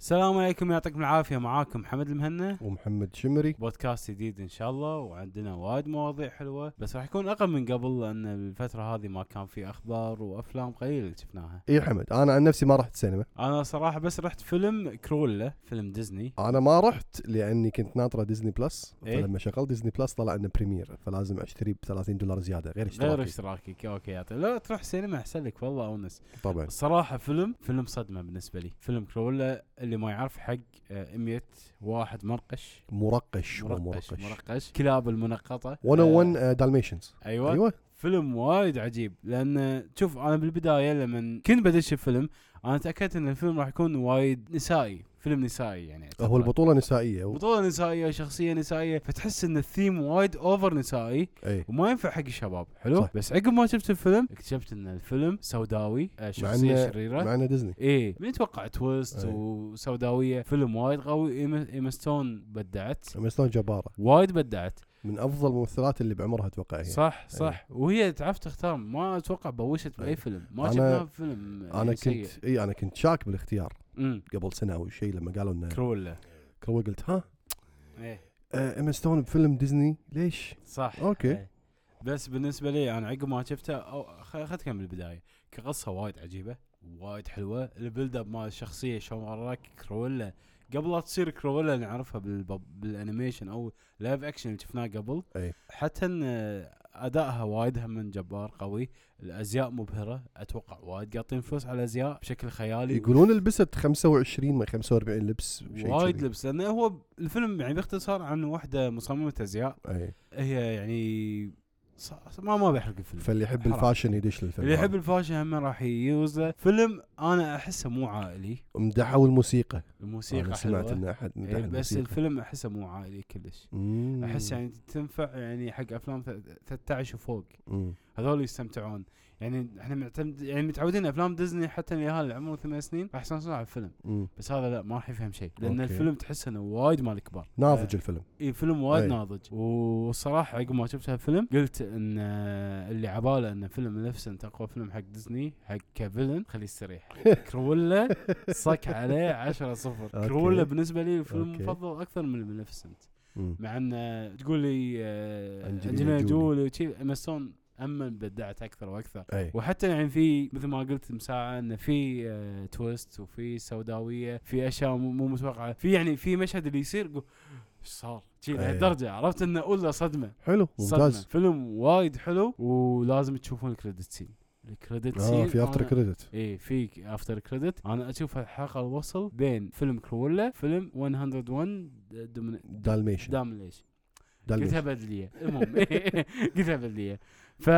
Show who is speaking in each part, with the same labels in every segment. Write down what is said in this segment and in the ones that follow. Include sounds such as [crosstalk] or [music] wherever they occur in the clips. Speaker 1: السلام عليكم يعطيكم العافيه معاكم محمد المهنا
Speaker 2: ومحمد شمري
Speaker 1: بودكاست جديد ان شاء الله وعندنا وايد مواضيع حلوه بس راح يكون اقل من قبل لان الفتره هذه ما كان في اخبار وافلام قليله اللي شفناها
Speaker 2: اي إيه حمد انا عن نفسي ما رحت سينما
Speaker 1: انا صراحه بس رحت فيلم كرولا فيلم ديزني
Speaker 2: انا ما رحت لاني كنت ناطره ديزني بلس
Speaker 1: إيه؟
Speaker 2: فلما شغلت ديزني بلس طلع انه بريمير فلازم اشتريه ب 30 دولار زياده غير
Speaker 1: غير
Speaker 2: اشتراكي
Speaker 1: اشتراكي اوكي يعطي لا تروح سينما احسن لك والله اونس
Speaker 2: طبعا
Speaker 1: الصراحه فيلم فيلم صدمه بالنسبه لي فيلم كرولا اللي ما يعرف حق آه، 100 واحد مرقش
Speaker 2: مرقش
Speaker 1: مرقش
Speaker 2: ومرقش
Speaker 1: مرقش كلاب المنقطه
Speaker 2: 101 آه، دالميشنز
Speaker 1: آه، ايوه
Speaker 2: ايوه
Speaker 1: فيلم وايد عجيب لان شوف انا بالبدايه لما كنت بدش الفيلم انا تاكدت ان الفيلم راح يكون وايد نسائي فيلم نسائي يعني
Speaker 2: هو البطوله نسائيه و...
Speaker 1: بطوله نسائيه شخصيه نسائيه فتحس ان الثيم وايد اوفر نسائي
Speaker 2: اي
Speaker 1: وما ينفع حق الشباب حلو
Speaker 2: صح.
Speaker 1: بس عقب ما شفت الفيلم اكتشفت ان الفيلم سوداوي آه، شخصيه
Speaker 2: إنه- إيه.
Speaker 1: شريره
Speaker 2: معنا ديزني
Speaker 1: ايه من يتوقع تويست
Speaker 2: أي.
Speaker 1: وسوداويه فيلم وايد قوي إيما إيما ستون بدعت
Speaker 2: مستون جباره
Speaker 1: وايد بدعت
Speaker 2: من افضل الممثلات اللي بعمرها اتوقع هي
Speaker 1: صح
Speaker 2: أيوه.
Speaker 1: صح وهي تعرف تختار ما اتوقع بوشت باي
Speaker 2: أي.
Speaker 1: فيلم ما
Speaker 2: أيوه.
Speaker 1: يعني
Speaker 2: أنا-
Speaker 1: شفناها بفيلم
Speaker 2: انا كنت اي انا كنت شاك بالاختيار
Speaker 1: امم
Speaker 2: قبل سنه او شيء لما قالوا انه
Speaker 1: كرولا
Speaker 2: كروي قلت ها
Speaker 1: ايه
Speaker 2: ايما ستون بفيلم ديزني ليش؟
Speaker 1: صح
Speaker 2: أوكي.
Speaker 1: إيه. بس بالنسبه لي انا عقب ما شفته أو- خ- اخذتها من البدايه كقصه وايد عجيبه وايد حلوه البيلد اب مال الشخصيه شلون وراك كرولا قبل لا تصير كرولا اللي نعرفها بالب- بالانيميشن او لايف اكشن اللي شفناه قبل
Speaker 2: أي.
Speaker 1: حتى ان آه، ادائها وايد هم من جبار قوي الازياء مبهره اتوقع وايد قاطين فلوس على الازياء بشكل خيالي
Speaker 2: يقولون لبست 25 ما 45 لبس شيء
Speaker 1: وايد
Speaker 2: كذي.
Speaker 1: لبس لانه هو الفيلم يعني باختصار عن واحده مصممه ازياء
Speaker 2: اي
Speaker 1: هي يعني ص- ما ما بيحرق الفيلم
Speaker 2: فاللي يحب
Speaker 1: حرام.
Speaker 2: الفاشن يدش للفيلم
Speaker 1: اللي يحب الفاشن هم راح يوزه فيلم انا احسه مو عائلي
Speaker 2: مدحوا الموسيقى
Speaker 1: الموسيقى
Speaker 2: انا سمعت
Speaker 1: حلوه
Speaker 2: ان احد مدح
Speaker 1: إيه، بس
Speaker 2: الموسيقى
Speaker 1: الفيلم احسه مو عائلي كلش
Speaker 2: مم.
Speaker 1: احس يعني تنفع يعني حق افلام ث- 13 وفوق
Speaker 2: مم.
Speaker 1: هذول يستمتعون يعني احنا معتمد يعني متعودين افلام ديزني حتى اليهال اللي عمره ثمان سنين راح يستانسون على الفيلم
Speaker 2: مم.
Speaker 1: بس هذا لا ما راح يفهم شيء لان
Speaker 2: أوكي.
Speaker 1: الفيلم تحس انه وايد مال كبار
Speaker 2: ناضج الفيلم
Speaker 1: اي إيه، فيلم وايد
Speaker 2: أي.
Speaker 1: ناضج والصراحه عقب ما شفت هالفيلم قلت ان آه، اللي عباله ان فيلم ملفسنت اقوى فيلم حق ديزني حق كفيلن خليه يستريح
Speaker 2: [laughs]
Speaker 1: كرولا صك عليه 10 صفر
Speaker 2: أوكي.
Speaker 1: كرولا بالنسبه لي الفيلم
Speaker 2: أوكي.
Speaker 1: المفضل اكثر من ملفسنت
Speaker 2: [laughs] مم.
Speaker 1: مع ان آه، تقول لي
Speaker 2: أنجلينا
Speaker 1: انجلينا جولي وشي امازون اما بدعت اكثر واكثر
Speaker 2: اي
Speaker 1: وحتى يعني في مثل ما قلت مساعة انه في آه، تويست وفي سوداويه في اشياء مو مو متوقعه في يعني في مشهد اللي يصير يقول ايش صار؟ شي
Speaker 2: أي.
Speaker 1: لهالدرجه عرفت انه اولى صدمه
Speaker 2: حلو
Speaker 1: صدمه
Speaker 2: إيه. ممتاز
Speaker 1: فيلم وايد حلو ولازم تشوفون الكريدت سين الكريدت سين آه.
Speaker 2: اه في افتر كريدت
Speaker 1: اي في افتر كريدت انا اشوف الحلقه الوصل بين فيلم كرولا فيلم 101 دومين-
Speaker 2: دالميشن
Speaker 1: دامليش قلتها
Speaker 2: دالميشن
Speaker 1: بدليه المهم [laughs] قلتها بدليه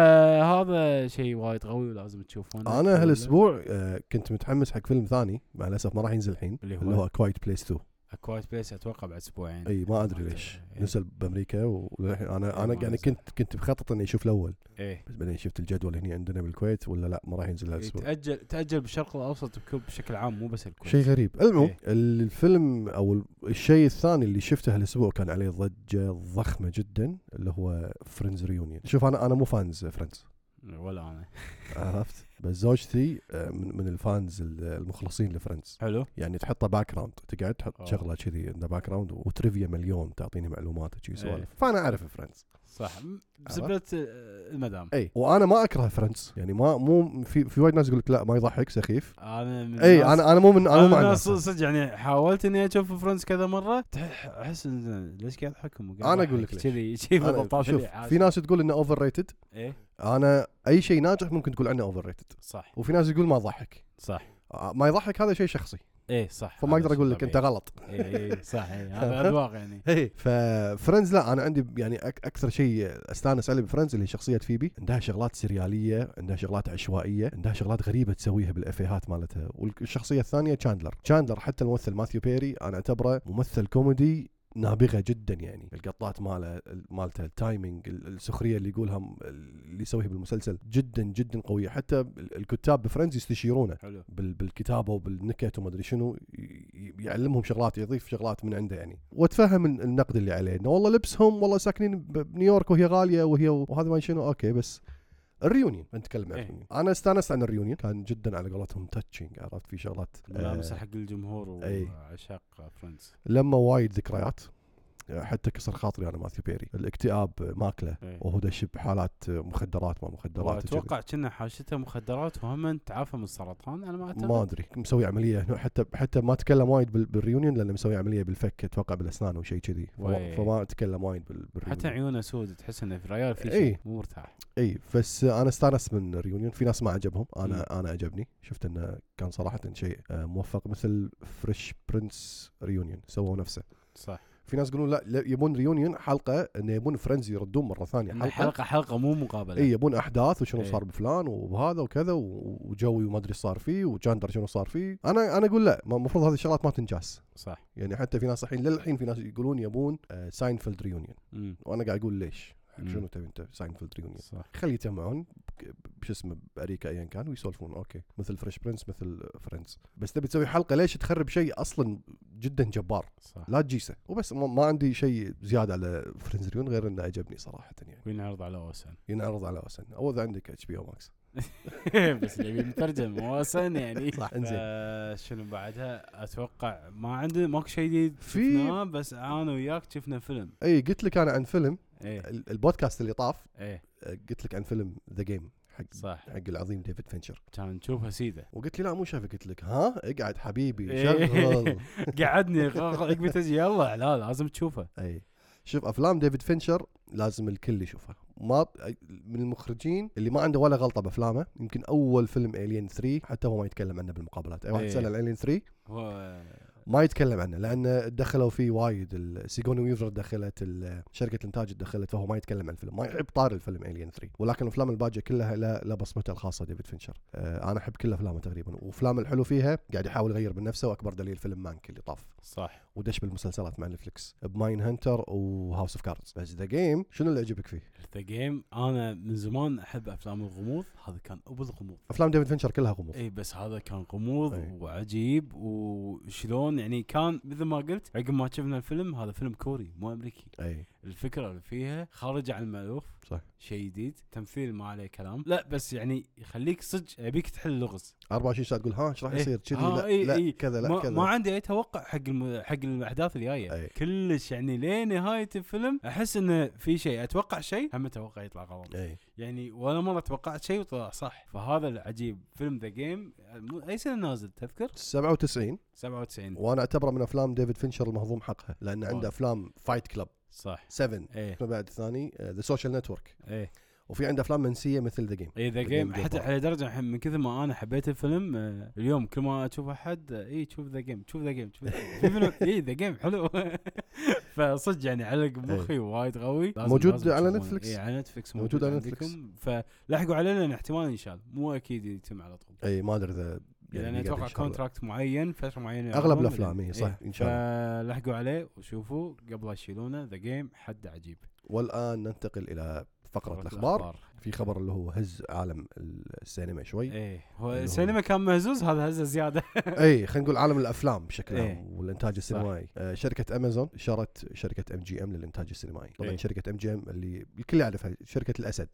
Speaker 1: فهذا شيء وايد قوي ولازم تشوفونه
Speaker 2: انا هالاسبوع آه، كنت متحمس حق فيلم ثاني مع الاسف ما راح ينزل الحين
Speaker 1: اللي هو؟
Speaker 2: اللي هو كوايت بليس 2
Speaker 1: كوايت بليس اتوقع بعد اسبوعين
Speaker 2: اي ما ادري ليش
Speaker 1: إيه.
Speaker 2: نزل بامريكا وللحين انا
Speaker 1: إيه،
Speaker 2: انا
Speaker 1: ما
Speaker 2: يعني
Speaker 1: نزل.
Speaker 2: كنت كنت مخطط اني اشوف الاول
Speaker 1: ايه
Speaker 2: بس بعدين شفت الجدول هنا عندنا بالكويت ولا لا ما راح ينزل هالاسبوع
Speaker 1: تاجل تاجل بالشرق الاوسط بكل- بشكل عام مو بس الكويت
Speaker 2: شيء غريب المهم
Speaker 1: إيه.
Speaker 2: الفيلم او ال- الشيء الثاني اللي شفته هالاسبوع كان عليه ضجه ضخمه جدا اللي هو فريندز ريونيون شوف انا انا مو فانز فريندز
Speaker 1: ولا انا
Speaker 2: عرفت بس زوجتي آه، من, من الفانز ال- المخلصين لفريندز
Speaker 1: حلو
Speaker 2: يعني تحطه باك جراوند تقعد
Speaker 1: آه.
Speaker 2: تحط شغله كذي باك جراوند وتريفيا مليون تعطيني معلومات
Speaker 1: إيه.
Speaker 2: وشي سوالف فانا اعرف فريندز
Speaker 1: صح
Speaker 2: أيوة.
Speaker 1: بسبب آه، المدام
Speaker 2: اي وانا ما اكره فريندز يعني ما مو في في وايد ناس يقول لك لا ما يضحك سخيف
Speaker 1: انا من
Speaker 2: اي
Speaker 1: الناس-
Speaker 2: انا انا مو من انا مو
Speaker 1: انا
Speaker 2: مع
Speaker 1: أنا
Speaker 2: الناس
Speaker 1: ص- صدق يعني حاولت اني اشوف فرنس كذا مره تح- احس إن ليش قاعد احكم
Speaker 2: أنا أقول لك ليش.
Speaker 1: كذي شيء
Speaker 2: أنا-
Speaker 1: بالضبط
Speaker 2: شوف يعني في ناس تقول انه اوفر ريتد
Speaker 1: ايه
Speaker 2: انا اي شيء ناجح ممكن تقول عنه اوفر ريتد
Speaker 1: صح
Speaker 2: وفي ناس يقول ما ضحك
Speaker 1: صح
Speaker 2: آه، ما يضحك هذا شيء شخصي
Speaker 1: ايه صح
Speaker 2: فما
Speaker 1: هذا
Speaker 2: اقدر اقول
Speaker 1: شيء
Speaker 2: لك انت
Speaker 1: طبيعي.
Speaker 2: غلط
Speaker 1: ايه إيه، صح إيه، هذا
Speaker 2: [laughs]
Speaker 1: اذواق يعني
Speaker 2: اي ففريندز إيه، لا انا عندي يعني أك- اكثر شيء استانس عليه بفريندز اللي هي شخصيه فيبي عندها شغلات سرياليه عندها شغلات عشوائيه عندها شغلات غريبه تسويها بالافيهات مالتها والشخصيه الثانيه تشاندلر تشاندلر حتى الممثل ماثيو بيري انا اعتبره ممثل كوميدي نابغه جدا يعني القطات ماله مالته التايمينج ال- السخريه اللي يقولها م- اللي يسويها بالمسلسل جدا جدا قويه حتى ال- الكتاب بفريندز يستشيرونه
Speaker 1: حلو
Speaker 2: بال- بالكتابه وبالنكت وما ادري شنو ي- يعلمهم شغلات يضيف شغلات من عنده يعني واتفهم ال- النقد اللي عليه انه والله لبسهم والله ساكنين ب- بنيويورك وهي غاليه وهي وهذا ما شنو اوكي بس الريونين نتكلم عن
Speaker 1: إيه.
Speaker 2: الريونين انا استانست عن الريونين كان جدا على قولتهم تاتشنج عرفت في شغلات
Speaker 1: ملامس
Speaker 2: آه،
Speaker 1: حق الجمهور
Speaker 2: إي.
Speaker 1: وعشاق فريندز
Speaker 2: لما وايد ذكريات آه، حتى كسر خاطري انا ماثيو بيري الاكتئاب ماكله
Speaker 1: إيه.
Speaker 2: وهو دش بحالات آه، مخدرات ما مخدرات
Speaker 1: اتوقع كنا حاشته مخدرات وهم تعافى من السرطان انا ما اعتقد
Speaker 2: ما ادري مسوي عمليه هنا حتى حتى ما تكلم وايد بال- بالريونيون لانه مسوي عمليه بالفك اتوقع بالاسنان او شيء كذي
Speaker 1: وي.
Speaker 2: فما, فما تكلم وايد بال- بالريونيون
Speaker 1: حتى عيونه سود تحس انه في ريال في
Speaker 2: إي.
Speaker 1: شيء مو مرتاح
Speaker 2: اي بس انا استانست من الريونيون في ناس ما عجبهم انا
Speaker 1: مم.
Speaker 2: انا عجبني شفت انه كان صراحه شيء آه، موفق مثل فريش برنس ريونيون سووا نفسه
Speaker 1: صح
Speaker 2: في ناس يقولون لا لا، يبون ريونيون حلقه انه يبون فريندز يردون مره ثانيه
Speaker 1: حلقه
Speaker 2: حلقه,
Speaker 1: حلقه, حلقة مو مقابله
Speaker 2: اي يبون احداث وشنو
Speaker 1: إي.
Speaker 2: صار بفلان وهذا وكذا و- وجوي وما ادري إيش صار فيه وجاندر شنو صار فيه انا انا اقول لا المفروض هذه الشغلات ما تنجاس
Speaker 1: صح
Speaker 2: يعني حتى في ناس الحين للحين في ناس يقولون يبون آه، ساينفيلد ريونيون
Speaker 1: مم.
Speaker 2: وانا قاعد اقول ليش
Speaker 1: مم.
Speaker 2: شنو تبي انت ساينفيلد ريونيون
Speaker 1: صح
Speaker 2: خلي يتجمعون بك- بش اسمه باريكا ايا كان ويسولفون اوكي مثل فريش برنس مثل فريندز بس تبي تسوي حلقه ليش تخرب شيء اصلا جدا جبار
Speaker 1: صح
Speaker 2: لا تجيسه وبس ما ما عندي شيء زياده على فريندز ريون غير انه عجبني صراحه يعني
Speaker 1: وينعرض على
Speaker 2: [laughs]
Speaker 1: اوسن
Speaker 2: ينعرض على اوسن او اذا عندك اتش بي او ماكس
Speaker 1: [laughs] بس نبي مترجم اوسن يعني
Speaker 2: صح انزين
Speaker 1: آه، شنو بعدها اتوقع ما عندي ماكو شيء جديد
Speaker 2: في-
Speaker 1: شفناه بس انا وياك شفنا فيلم
Speaker 2: اي قلت لك انا عن فيلم
Speaker 1: ايه
Speaker 2: ال- البودكاست اللي طاف
Speaker 1: ايه
Speaker 2: آه، قلت لك عن فيلم ذا جيم حق
Speaker 1: صح
Speaker 2: حق العظيم ديفيد فينشر
Speaker 1: كان نشوفها سيده
Speaker 2: وقلت لي لا مو شافه قلت لك ها اقعد حبيبي
Speaker 1: إيه. [laughs]
Speaker 2: شغل
Speaker 1: [laughs] قعدني قمت اجي يلا لا لازم تشوفه
Speaker 2: اي شوف افلام ديفيد فينشر لازم الكل يشوفها ما من المخرجين اللي ما عنده ولا غلطه بافلامه يمكن اول فيلم الين 3 حتى هو ما يتكلم عنه بالمقابلات اي واحد
Speaker 1: إيه.
Speaker 2: سال عن الين 3
Speaker 1: هو
Speaker 2: ما يتكلم عنه لان دخلوا فيه وايد ال- سيجوني ويفر دخلت ال- شركه الانتاج دخلت فهو ما يتكلم عن الفيلم ما يحب طار الفيلم الين 3 ولكن الافلام الباجيه كلها لا, لا بصمته الخاصه ديفيد فينشر آه انا احب كل افلامه تقريبا وافلامه الحلو فيها قاعد يحاول يغير من نفسه واكبر دليل فيلم مانك اللي طاف
Speaker 1: صح
Speaker 2: ودش بالمسلسلات مع نتفلكس بماين هانتر وهاوس اوف كاردز بس ذا جيم شنو اللي عجبك فيه؟
Speaker 1: ذا جيم انا من زمان احب افلام الغموض هذا كان ابو الغموض
Speaker 2: افلام ديفيد فينشر كلها غموض
Speaker 1: اي بس هذا كان غموض
Speaker 2: إي.
Speaker 1: وعجيب وشلون يعني كان مثل ما قلت عقب ما شفنا الفيلم هذا فيلم كوري مو امريكي
Speaker 2: اي
Speaker 1: الفكره اللي فيها خارجه عن المالوف
Speaker 2: إيه، صح
Speaker 1: شيء جديد تمثيل ما عليه كلام لا بس يعني يخليك صدق يبيك تحل لغز
Speaker 2: 24 ساعه تقول ها ايش راح
Speaker 1: إيه.
Speaker 2: يصير؟ كذي
Speaker 1: ها،
Speaker 2: لا,
Speaker 1: إيه،
Speaker 2: لا
Speaker 1: إيه.
Speaker 2: كذا لا
Speaker 1: ما,
Speaker 2: كذا
Speaker 1: ما عندي اي توقع حق الم... حق الاحداث الجايه
Speaker 2: أي.
Speaker 1: كلش يعني لين نهايه الفيلم احس انه في شيء اتوقع شيء هم اتوقع يطلع غلط
Speaker 2: اي
Speaker 1: يعني ولا مره توقعت شيء وطلع صح فهذا العجيب فيلم ذا جيم اي سنه نازل تذكر
Speaker 2: 97
Speaker 1: 97
Speaker 2: وانا اعتبره من افلام ديفيد فينشر المهضوم حقها لان
Speaker 1: وايد.
Speaker 2: عنده افلام فايت كلاب
Speaker 1: صح
Speaker 2: 7
Speaker 1: ايه
Speaker 2: شنو بعد آه، ثاني ذا سوشيال نتورك
Speaker 1: ايه
Speaker 2: وفي عنده افلام منسيه مثل ذا جيم
Speaker 1: اي ذا
Speaker 2: The
Speaker 1: إيه، جيم
Speaker 2: Game
Speaker 1: حتى
Speaker 2: Jumper.
Speaker 1: على درجه الحين من كثر ما انا حبيت الفيلم آه، اليوم كل ما اشوف احد آه، اي شوف ذا جيم شوف ذا جيم شوف ذا جيم في
Speaker 2: [laughs]
Speaker 1: فيلم اي ذا جيم حلو [laughs] فصدق يعني علق مخي وايد قوي لازم-
Speaker 2: إيه. موجود
Speaker 1: لازم
Speaker 2: على
Speaker 1: تشوفونه.
Speaker 2: نتفليكس.
Speaker 1: اي على نتفلكس
Speaker 2: موجود
Speaker 1: موجود
Speaker 2: على
Speaker 1: على
Speaker 2: نتفليكس.
Speaker 1: نتفلكس فلحقوا علينا لان احتمال ينشال مو اكيد يتم على طول
Speaker 2: اي ما ادري اذا
Speaker 1: لان
Speaker 2: بيقعد
Speaker 1: اتوقع
Speaker 2: إن شاء الله.
Speaker 1: كونتراكت معين فتره معينه
Speaker 2: اغلب
Speaker 1: يعرضون.
Speaker 2: الافلام اي إيه، صح ان شاء الله
Speaker 1: فلحقوا إيه. عليه وشوفوا قبل لا يشيلونه ذا جيم حد عجيب
Speaker 2: والان ننتقل الى فقره الاخبار في خبر اللي هو هز عالم السينما شوي
Speaker 1: ايه هو
Speaker 2: اللي هو-
Speaker 1: السينما كان مهزوز هذا هزه زياده
Speaker 2: اي خلينا نقول عالم الافلام بشكل عام
Speaker 1: إيه.
Speaker 2: والانتاج السينمائي آه شركه امازون شرت شركه ام جي ام للانتاج السينمائي طبعا
Speaker 1: إيه.
Speaker 2: شركه ام جي ام اللي الكل يعرفها شركه الاسد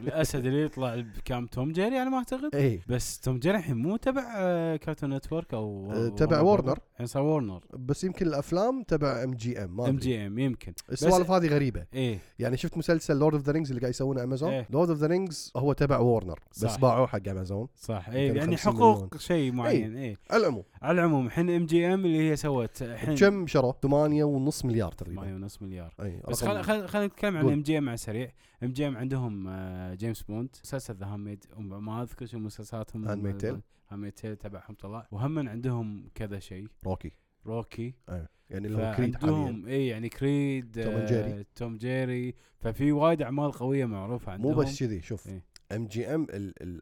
Speaker 1: الاسد اللي يطلع بكام توم جيري على ما اعتقد
Speaker 2: اي
Speaker 1: بس توم جيري الحين مو تبع آه، كارتون نتورك او
Speaker 2: آه، تبع وورنر.
Speaker 1: الحين صار وورنر
Speaker 2: بس يمكن الافلام تبع ام جي ام
Speaker 1: ام
Speaker 2: ما ادري
Speaker 1: جي ام يمكن
Speaker 2: السوالف هذه غريبه
Speaker 1: ايه
Speaker 2: يعني شفت مسلسل لورد اوف ذا رينجز اللي قاعد يسوونه امازون
Speaker 1: إيه.
Speaker 2: لورد اوف ذا رينجز هو تبع وورنر بس
Speaker 1: صح.
Speaker 2: باعوه حق امازون
Speaker 1: صح ايه
Speaker 2: يمكن
Speaker 1: يعني
Speaker 2: 50
Speaker 1: حقوق
Speaker 2: مليون. إيه.
Speaker 1: شيء معين ايه
Speaker 2: على العموم
Speaker 1: على العموم الحين ام جي ام اللي هي سوت الحين
Speaker 2: كم شروا؟ 8.5 مليار تقريبا
Speaker 1: ماي ونص مليار
Speaker 2: اي
Speaker 1: بس
Speaker 2: رقم-
Speaker 1: خلينا خل... خل... نتكلم عن
Speaker 2: قول.
Speaker 1: ام جي ام على السريع ام جي ام عندهم آه، جيمس بوند مسلسل ذا هاميد ما اذكر شو مسلسلاتهم
Speaker 2: Handmaid's Tale.
Speaker 1: هاميد تيل تبعهم طلع وهم عندهم كذا شيء
Speaker 2: روكي
Speaker 1: روكي
Speaker 2: أي. يعني اللي هو كريد حاليا
Speaker 1: فعندهم اي يعني كريد
Speaker 2: توم
Speaker 1: آه،
Speaker 2: جيري.
Speaker 1: توم جيري ففي وايد اعمال قويه معروفه عندهم
Speaker 2: مو بس كذي شوف
Speaker 1: إيه.
Speaker 2: ام جي ام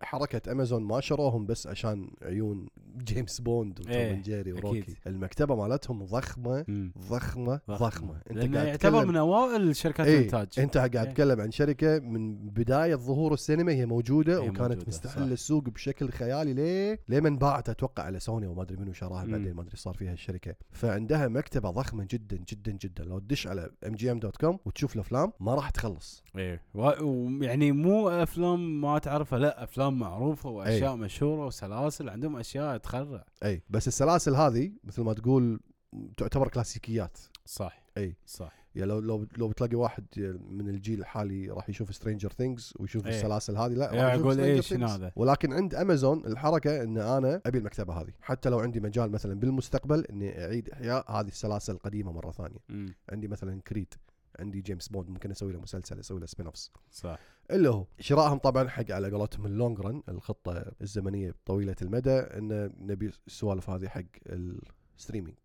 Speaker 2: حركه امازون ما شروهم بس عشان عيون [laughs] جيمس بوند وتوم
Speaker 1: إيه،
Speaker 2: جيري
Speaker 1: أكيد.
Speaker 2: وروكي المكتبه مالتهم ضخمه
Speaker 1: مم.
Speaker 2: ضخمه
Speaker 1: ضخمة.
Speaker 2: ضخمه انت
Speaker 1: لانه
Speaker 2: قاعد
Speaker 1: يعتبر
Speaker 2: تتكلم
Speaker 1: من اوائل شركات
Speaker 2: إيه،
Speaker 1: الانتاج
Speaker 2: انت قاعد تتكلم عن شركه من بدايه ظهور السينما هي موجوده
Speaker 1: هي
Speaker 2: وكانت
Speaker 1: موجودة،
Speaker 2: مستحله
Speaker 1: صح.
Speaker 2: السوق بشكل خيالي ليه؟ ليه ما انباعت اتوقع على سوني وما ادري منو شراها
Speaker 1: مم.
Speaker 2: بعدين ما ادري صار فيها الشركه فعندها مكتبه ضخمه جدا جدا جدا لو تدش على ام جي ام دوت كوم وتشوف الافلام ما راح تخلص
Speaker 1: ايه و- ويعني مو افلام ما تعرفها لا افلام معروفه
Speaker 2: إيه.
Speaker 1: واشياء مشهوره وسلاسل عندهم اشياء تخرع
Speaker 2: اي إيه، بس السلاسل هذه مثل ما تقول تعتبر كلاسيكيات
Speaker 1: صح
Speaker 2: إيه.
Speaker 1: صح
Speaker 2: يعني لو لو لو بتلاقي واحد من الجيل الحالي راح يشوف سترينجر ثينجز ويشوف
Speaker 1: إيه.
Speaker 2: السلاسل هذه لا
Speaker 1: إيه،
Speaker 2: راح يشوف
Speaker 1: أقول
Speaker 2: Stranger
Speaker 1: إيه، شنو
Speaker 2: Things.
Speaker 1: هذا؟
Speaker 2: ولكن عند امازون الحركه ان انا ابي المكتبه هذه حتى لو عندي مجال مثلا بالمستقبل اني اعيد احياء هذه السلاسل القديمه مره ثانيه
Speaker 1: مم.
Speaker 2: عندي مثلا كريد عندي جيمس بوند ممكن اسوي له مسلسل اسوي له سبين اوفس
Speaker 1: صح
Speaker 2: اللي هو شرائهم طبعا حق على قولتهم اللونج رن الخطه الزمنيه طويله المدى ان نبي السوالف هذه حق الستريمينج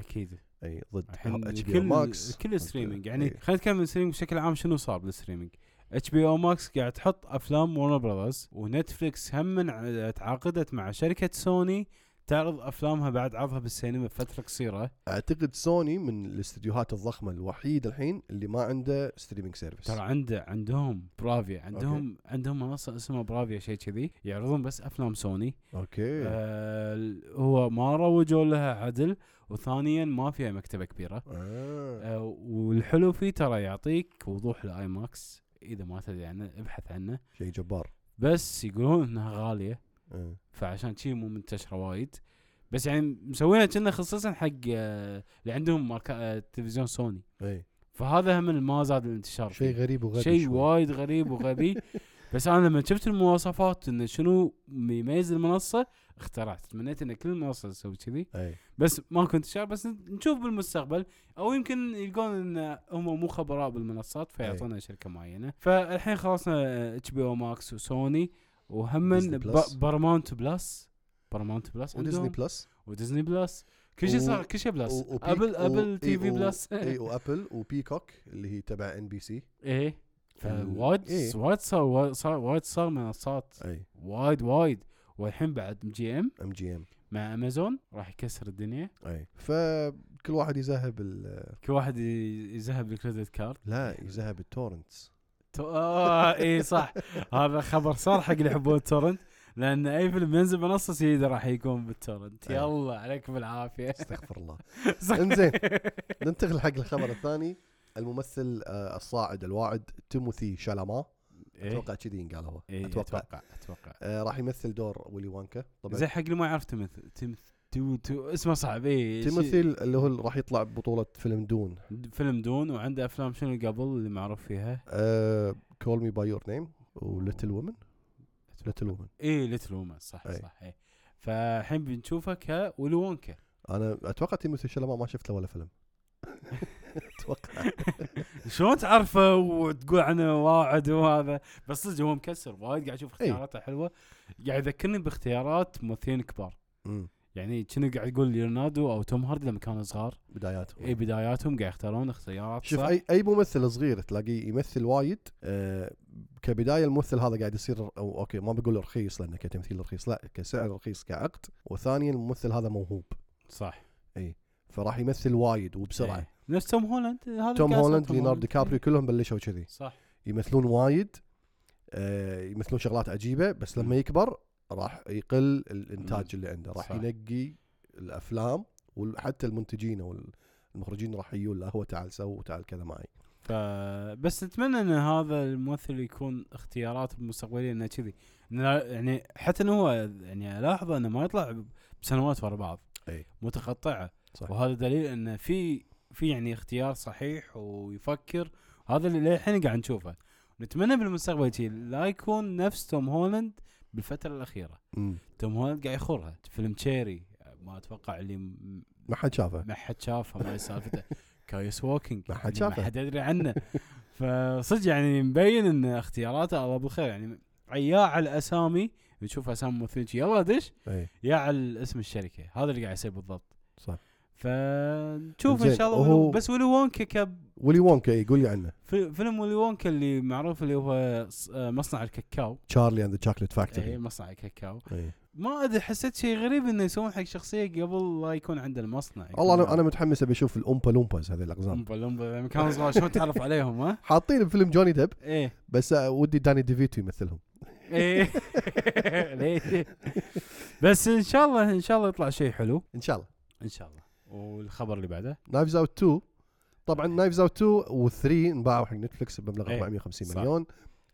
Speaker 1: اكيد
Speaker 2: اي ضد
Speaker 1: الحين
Speaker 2: اتش بي
Speaker 1: كل
Speaker 2: ماكس
Speaker 1: كل ستريمينج يعني خلينا نتكلم عن الستريمينج بشكل عام شنو صار بالستريمينج اتش بي او ماكس قاعد تحط افلام ورنر براذرز ونتفلكس هم من ع- تعاقدت مع شركه سوني تعرض افلامها بعد عرضها بالسينما بفتره قصيره
Speaker 2: اعتقد سوني من الاستديوهات الضخمه الوحيد الحين اللي ما عنده ستريمينج سيرفيس
Speaker 1: ترى عنده عندهم برافيا عندهم عندهم منصه اسمها برافيا شيء كذي يعرضون بس افلام سوني
Speaker 2: اوكي آه.
Speaker 1: آه ال- هو ما روجوا لها عدل وثانيا ما فيها مكتبه كبيره آه، والحلو فيه ترى يعطيك وضوح الاي ماكس اذا ما تدري عنه ابحث عنه
Speaker 2: شيء جبار
Speaker 1: بس يقولون انها غاليه
Speaker 2: آه.
Speaker 1: فعشان شي مو منتشره وايد بس يعني مسوينها كنا خصيصا حق آه، اللي عندهم ماركا آه، تلفزيون سوني
Speaker 2: اي
Speaker 1: فهذا هم اللي ما زاد الانتشار
Speaker 2: شيء
Speaker 1: فيه.
Speaker 2: غريب وغبي
Speaker 1: شيء
Speaker 2: شوي.
Speaker 1: وايد غريب
Speaker 2: [laughs]
Speaker 1: وغبي بس انا لما شفت المواصفات انه شنو يميز المنصه اخترعت تمنيت ان كل منصه تسوي كذي
Speaker 2: اي
Speaker 1: بس ما كنت شار بس نشوف بالمستقبل او يمكن يلقون ان هم مو خبراء بالمنصات فيعطونا
Speaker 2: إيه.
Speaker 1: شركه معينه فالحين خلصنا اتش بي او ماكس وسوني
Speaker 2: Disney
Speaker 1: وهم
Speaker 2: Plus.
Speaker 1: بارماونت بلس بارماونت بلس
Speaker 2: وديزني
Speaker 1: عندهم
Speaker 2: بلس
Speaker 1: وديزني بلس كل شيء
Speaker 2: و-
Speaker 1: صار كل شيء بلس
Speaker 2: و- وبيك-
Speaker 1: ابل
Speaker 2: و-
Speaker 1: ابل تي في
Speaker 2: [laughs] إي، و-
Speaker 1: بلس [laughs]
Speaker 2: اي وابل وبيكوك اللي هي تبع ان بي سي
Speaker 1: ايه فوايد
Speaker 2: إيه.
Speaker 1: وايد صار وايد صار وايد صار منصات
Speaker 2: اي
Speaker 1: وايد وايد والحين بعد جي ام
Speaker 2: ام جي ام
Speaker 1: مع امازون راح يكسر الدنيا
Speaker 2: اي فكل واحد يذهب ال-
Speaker 1: كل واحد ي- يذهب الكريدت كارد [laughs]
Speaker 2: لا يذهب التورنتس
Speaker 1: تو- اه اي صح هذا خبر صار حق اللي يحبون التورنت لان اي فيلم ينزل منصه سيده راح يكون بالتورنت
Speaker 2: أيوة.
Speaker 1: يلا عليك
Speaker 2: [laughs]
Speaker 1: بالعافيه
Speaker 2: [laughs] استغفر الله
Speaker 1: صح.
Speaker 2: انزين. ننتقل حق الخبر الثاني الممثل آه، الصاعد الواعد تيموثي شالما
Speaker 1: إيه.
Speaker 2: اتوقع كذي ينقال هو
Speaker 1: إيه،
Speaker 2: اتوقع
Speaker 1: اتوقع اتوقع
Speaker 2: آه، راح يمثل دور ويلي وانكا طبعا
Speaker 1: زين حق اللي ما يعرف تيمث تيمث تو تو اسمه صعب إيه، اي
Speaker 2: تيموثي اللي هو اللي راح يطلع ببطولة فيلم دون
Speaker 1: شي- فيلم دون وعنده افلام شنو قبل اللي معروف فيها
Speaker 2: آه، كول مي باي يور نيم وليتل وومن ليتل وومن
Speaker 1: اي ليتل وومن إيه، صح
Speaker 2: أي.
Speaker 1: صح إيه. اي فالحين بنشوفه كولوونكا
Speaker 2: انا اتوقع تيموثي شلما ما شفت له ولا
Speaker 1: [laughs]
Speaker 2: فيلم اتوقع
Speaker 1: شلون تعرفه وتقول عنه واعد وهذا بس صدق هو مكسر وايد قاعد اشوف
Speaker 2: إي.
Speaker 1: اختياراته حلوه قاعد يذكرني باختيارات ممثلين كبار
Speaker 2: أمم،
Speaker 1: يعني كنا قاعد يقول ليوناردو او توم هاردي لما كانوا صغار
Speaker 2: بداياته
Speaker 1: اي بداياتهم قاعد يختارون اختيارات
Speaker 2: شوف
Speaker 1: صح.
Speaker 2: اي اي ممثل صغير تلاقيه يمثل وايد آه كبدايه الممثل هذا قاعد يصير أو اوكي ما بقول رخيص لانه كتمثيل رخيص لا كسعر رخيص كعقد وثانيا الممثل هذا موهوب
Speaker 1: صح
Speaker 2: فراح يمثل وايد وبسرعه
Speaker 1: إي. نفس توم هولاند هذا
Speaker 2: توم
Speaker 1: إيه. قاعد
Speaker 2: هولاند
Speaker 1: صار
Speaker 2: ليوناردو كابري
Speaker 1: إي.
Speaker 2: كلهم بلشوا كذي
Speaker 1: صح
Speaker 2: يمثلون وايد آه يمثلون شغلات عجيبه بس لما يكبر راح يقل الانتاج اللي عنده راح
Speaker 1: صح.
Speaker 2: ينقي الافلام وحتى المنتجين او المخرجين راح يقول له هو تعال سو وتعال كذا معي
Speaker 1: فبس نتمنى ان هذا الممثل يكون اختياراته المستقبليه انه كذي إنه لا- يعني حتى انه هو يعني الاحظ انه ما يطلع بسنوات ورا بعض
Speaker 2: أي.
Speaker 1: متقطعه
Speaker 2: صح
Speaker 1: وهذا دليل انه في في يعني اختيار صحيح ويفكر هذا اللي للحين قاعد نشوفه نتمنى بالمستقبل شي لا يكون نفس توم هولاند بالفتره الاخيره
Speaker 2: مم.
Speaker 1: توم هولاند قاعد يخورها فيلم تشيري ما اتوقع اللي م-
Speaker 2: ما حد شافه
Speaker 1: ما حد شافه ما هي
Speaker 2: [laughs]
Speaker 1: سالفته كايوس ووكينج
Speaker 2: طيب. ما
Speaker 1: يعني
Speaker 2: حد شافه.
Speaker 1: ما حد يدري عنه فصدق يعني مبين ان اختياراته الله بالخير يعني عياه على الاسامي نشوف اسامي ممثلين شي، يلا دش
Speaker 2: اي
Speaker 1: يا على اسم الشركه هذا اللي قاعد يصير بالضبط
Speaker 2: صح
Speaker 1: فنشوف ان
Speaker 2: زين،
Speaker 1: شاء الله
Speaker 2: وهو-
Speaker 1: ولو بس ولي وونكا كب
Speaker 2: ولي وونكا يقول لي عنه
Speaker 1: في- فيلم ولي وونكا اللي معروف اللي هو ص- آه، مصنع الكاكاو
Speaker 2: تشارلي اند ذا شوكليت
Speaker 1: اي
Speaker 2: فاكتوري إيه.
Speaker 1: مصنع الكاكاو ما ادري حسيت شيء غريب انه يسوون حق شخصيه قبل لا يكون عنده المصنع
Speaker 2: والله انا انا متحمس ابي اشوف الامبا لومباز هذه الاقزام
Speaker 1: لمبا لمبا لما كانوا يعني صغار شلون تعرف عليهم ها؟
Speaker 2: حاطين بفيلم جوني ديب
Speaker 1: ايه
Speaker 2: بس آه، ودي داني ديفيتو يمثلهم
Speaker 1: [laughs] ايه ليه؟ بس ان شاء الله ان شاء الله يطلع شيء حلو
Speaker 2: ان شاء الله
Speaker 1: ان شاء الله والخبر اللي بعده
Speaker 2: نايفز اوت 2 طبعا نايفز اوت 2 و3 انباعوا حق نتفلكس بمبلغ
Speaker 1: إيه،
Speaker 2: 450
Speaker 1: صح.
Speaker 2: مليون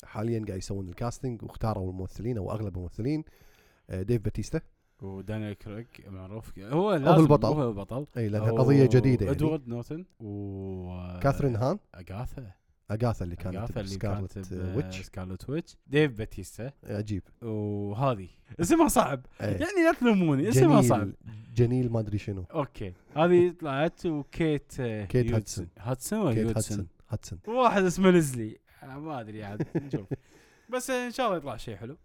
Speaker 2: حاليا قاعد يسوون الكاستنج واختاروا الممثلين او اغلب الممثلين آه، ديف باتيستا
Speaker 1: ودانيال كريج معروف هو لازم
Speaker 2: البطل.
Speaker 1: هو البطل
Speaker 2: اي لانها
Speaker 1: أو
Speaker 2: قضيه جديده يعني
Speaker 1: ادوارد نوتن و
Speaker 2: كاثرين هان
Speaker 1: اغاثا
Speaker 2: اغاثا اللي
Speaker 1: اغاثا
Speaker 2: كانت
Speaker 1: اللي كانت
Speaker 2: سكارلت ويتش
Speaker 1: سكارلت ويتش ديف باتيستا
Speaker 2: عجيب
Speaker 1: وهذه اسمها صعب
Speaker 2: إيه.
Speaker 1: يعني لا تلوموني اسمها صعب
Speaker 2: جميل جميل ما ادري شنو
Speaker 1: اوكي هذه طلعت وكيت آه،
Speaker 2: كيت هاتسون.
Speaker 1: هاتسون ولا
Speaker 2: كيت
Speaker 1: يودسون؟
Speaker 2: هاتسون هاتسون
Speaker 1: واحد اسمه نزلي أنا ما ادري عاد نشوف بس ان شاء الله يطلع شيء حلو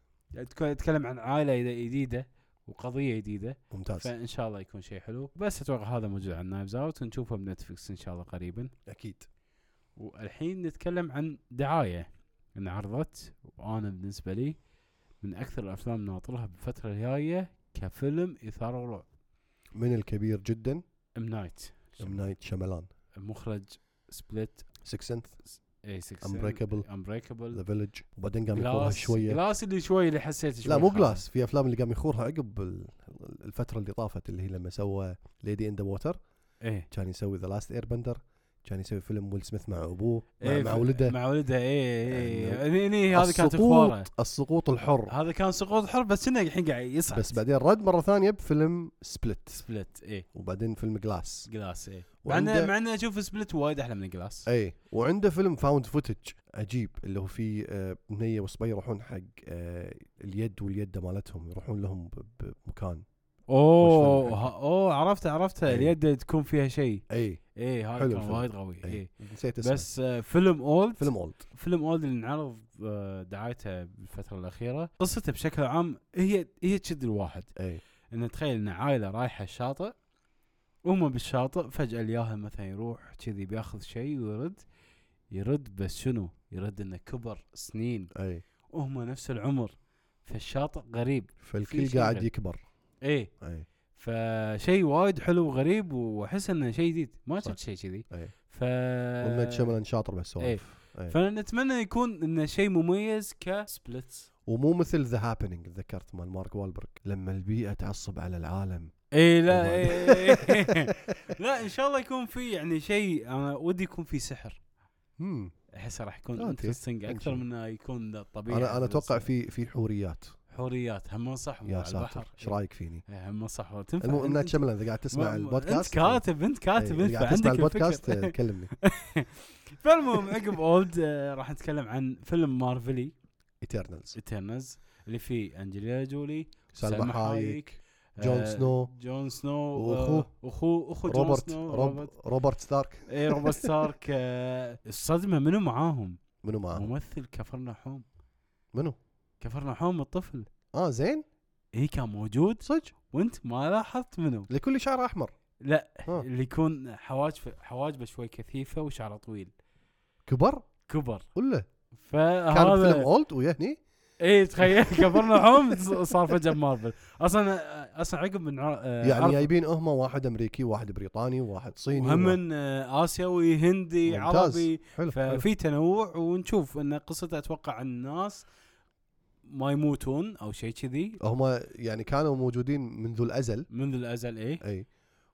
Speaker 1: اتكلم عن عائله جديده وقضيه جديده
Speaker 2: ممتاز
Speaker 1: فان شاء الله يكون شيء حلو بس اتوقع هذا موجود على نايفز اوت ونشوفه بنتفلكس ان شاء الله قريبا
Speaker 2: اكيد
Speaker 1: والحين نتكلم عن دعايه انعرضت وانا بالنسبه لي من اكثر الافلام ناطرها بالفتره الجايه كفيلم اثاره ورعب
Speaker 2: من الكبير جدا
Speaker 1: ام نايت
Speaker 2: ام نايت شملان
Speaker 1: مخرج سبليت
Speaker 2: 6
Speaker 1: اي 6
Speaker 2: Unbreakable.
Speaker 1: امبريكابل
Speaker 2: ذا فيلج وبعدين قام يخورها شويه
Speaker 1: جلاس اللي شوي اللي حسيت شوي
Speaker 2: لا مو
Speaker 1: خرب.
Speaker 2: جلاس في افلام اللي قام يخورها عقب ال- الفتره اللي طافت اللي هي لما سوى ليدي ان ذا ووتر
Speaker 1: ايه
Speaker 2: كان يسوي ذا لاست اير بندر كان يسوي فيلم ويل سميث مع ابوه مع,
Speaker 1: إيه،
Speaker 2: مع
Speaker 1: ف-
Speaker 2: ولده
Speaker 1: مع ولده ايه ايه
Speaker 2: إنه
Speaker 1: هني هني هذا كانت اخباره
Speaker 2: السقوط السقوط الحر
Speaker 1: هذا كان سقوط حر بس انه الحين قاعد يصعد
Speaker 2: بس بعدين رد مره ثانيه بفيلم سبلت
Speaker 1: سبلت ايه
Speaker 2: وبعدين فيلم جلاس
Speaker 1: جلاس ايه مع انه
Speaker 2: وعنده إيه.
Speaker 1: مع انه اشوف سبلت وايد احلى من جلاس
Speaker 2: اي وعنده فيلم فاوند فوتج عجيب اللي هو فيه آه، بنيه وصبي يروحون حق آه، اليد واليده مالتهم يروحون لهم ب- بمكان وش
Speaker 1: اوه
Speaker 2: فيلم
Speaker 1: ها- اوه عرفته عرفته
Speaker 2: إيه.
Speaker 1: اليد تكون فيها شيء
Speaker 2: اي
Speaker 1: ايه هذا
Speaker 2: حلو
Speaker 1: كان
Speaker 2: الفيلم.
Speaker 1: وايد قوي
Speaker 2: إيه.
Speaker 1: ايه
Speaker 2: نسيت اسمه بس
Speaker 1: بس آه، فيلم اولد
Speaker 2: فيلم اولد
Speaker 1: فيلم اولد اللي انعرض آه، دعايته بالفتره الاخيره قصته بشكل عام هي هي تشد الواحد
Speaker 2: اي
Speaker 1: ان تخيل ان عائله رايحه الشاطئ وهم بالشاطئ فجاه الياهل مثلا يروح كذي بياخذ شيء ويرد يرد بس شنو؟ يرد انه كبر سنين
Speaker 2: اي
Speaker 1: وهم نفس العمر فالشاطئ غريب في
Speaker 2: فالكل
Speaker 1: شيء
Speaker 2: قاعد
Speaker 1: غريب.
Speaker 2: يكبر
Speaker 1: ايه
Speaker 2: اي
Speaker 1: فشيء وايد حلو وغريب واحس انه شيء جديد ما
Speaker 2: صح.
Speaker 1: شفت شيء كذي
Speaker 2: اي
Speaker 1: ف آه.
Speaker 2: ومنك شملا شاطر بهالسوالف إيه.
Speaker 1: فنتمنى يكون انه شيء مميز كسبلتس
Speaker 2: ومو مثل ذا هابينج تذكرت مال مارك والبرغ لما البيئه تعصب على العالم Oh
Speaker 1: اي
Speaker 2: والله.
Speaker 1: لا
Speaker 2: [laughs]
Speaker 1: إيه. [laughs] لا ان شاء الله يكون في يعني شيء انا ودي يكون في سحر
Speaker 2: مم.
Speaker 1: احسه راح يكون
Speaker 2: أوكي.
Speaker 1: انترستنج اكثر
Speaker 2: نشوف.
Speaker 1: من إنه يكون طبيعي
Speaker 2: انا انا
Speaker 1: بس
Speaker 2: اتوقع في في حوريات
Speaker 1: حوريات هم صح
Speaker 2: يا ساتر ايش رايك فيني؟
Speaker 1: إيه، هم صح هو تنفع
Speaker 2: المهم انك
Speaker 1: أنت-
Speaker 2: شملا اذا قاعد تسمع
Speaker 1: م- م-
Speaker 2: البودكاست
Speaker 1: انت كاتب انت كاتب
Speaker 2: إيه، إذا
Speaker 1: انت
Speaker 2: قاعد تسمع
Speaker 1: آه، عندك
Speaker 2: البودكاست
Speaker 1: البودكاست [laughs]
Speaker 2: إيه، كلمني
Speaker 1: فالمهم عقب اولد آه، راح نتكلم عن فيلم مارفلي
Speaker 2: ايترنالز
Speaker 1: ايترنز اللي فيه انجلينا جولي سلمى
Speaker 2: سلمى حايك
Speaker 1: آه،
Speaker 2: جون سنو
Speaker 1: جون سنو
Speaker 2: وأخوه.
Speaker 1: آه، اخوه اخو جون
Speaker 2: روبرت
Speaker 1: سنو
Speaker 2: روب
Speaker 1: روبرت
Speaker 2: روبرت ستارك
Speaker 1: اي روبرت ستارك آه، الصدمه منو معاهم؟
Speaker 2: منو معاه؟
Speaker 1: ممثل كفرنا حوم
Speaker 2: منو؟
Speaker 1: كفرنا حوم الطفل
Speaker 2: اه زين
Speaker 1: اي كان موجود
Speaker 2: صدق
Speaker 1: وانت ما لاحظت منه
Speaker 2: لكل شعر احمر
Speaker 1: لا
Speaker 2: ها.
Speaker 1: اللي يكون حواجب حواجبه شوي كثيفه وشعره طويل
Speaker 2: كبر
Speaker 1: كبر
Speaker 2: ولا كان بفيلم
Speaker 1: فهذا
Speaker 2: اولد ويا هني
Speaker 1: اي إيه، تخيل [laughs] كبرنا حوم صار فجاه مارفل اصلا اصلا عقب من عر... آه،
Speaker 2: يعني
Speaker 1: عرض-
Speaker 2: جايبين هم واحد امريكي واحد بريطاني واحد صيني
Speaker 1: وهم
Speaker 2: واحد-
Speaker 1: من آه، اسيوي هندي
Speaker 2: ممتاز.
Speaker 1: عربي
Speaker 2: [laughs] حلو حلو.
Speaker 1: ففي تنوع ونشوف ان قصته اتوقع عن الناس ما يموتون او شيء كذي
Speaker 2: هم يعني كانوا موجودين منذ الازل
Speaker 1: منذ الازل ايه
Speaker 2: اي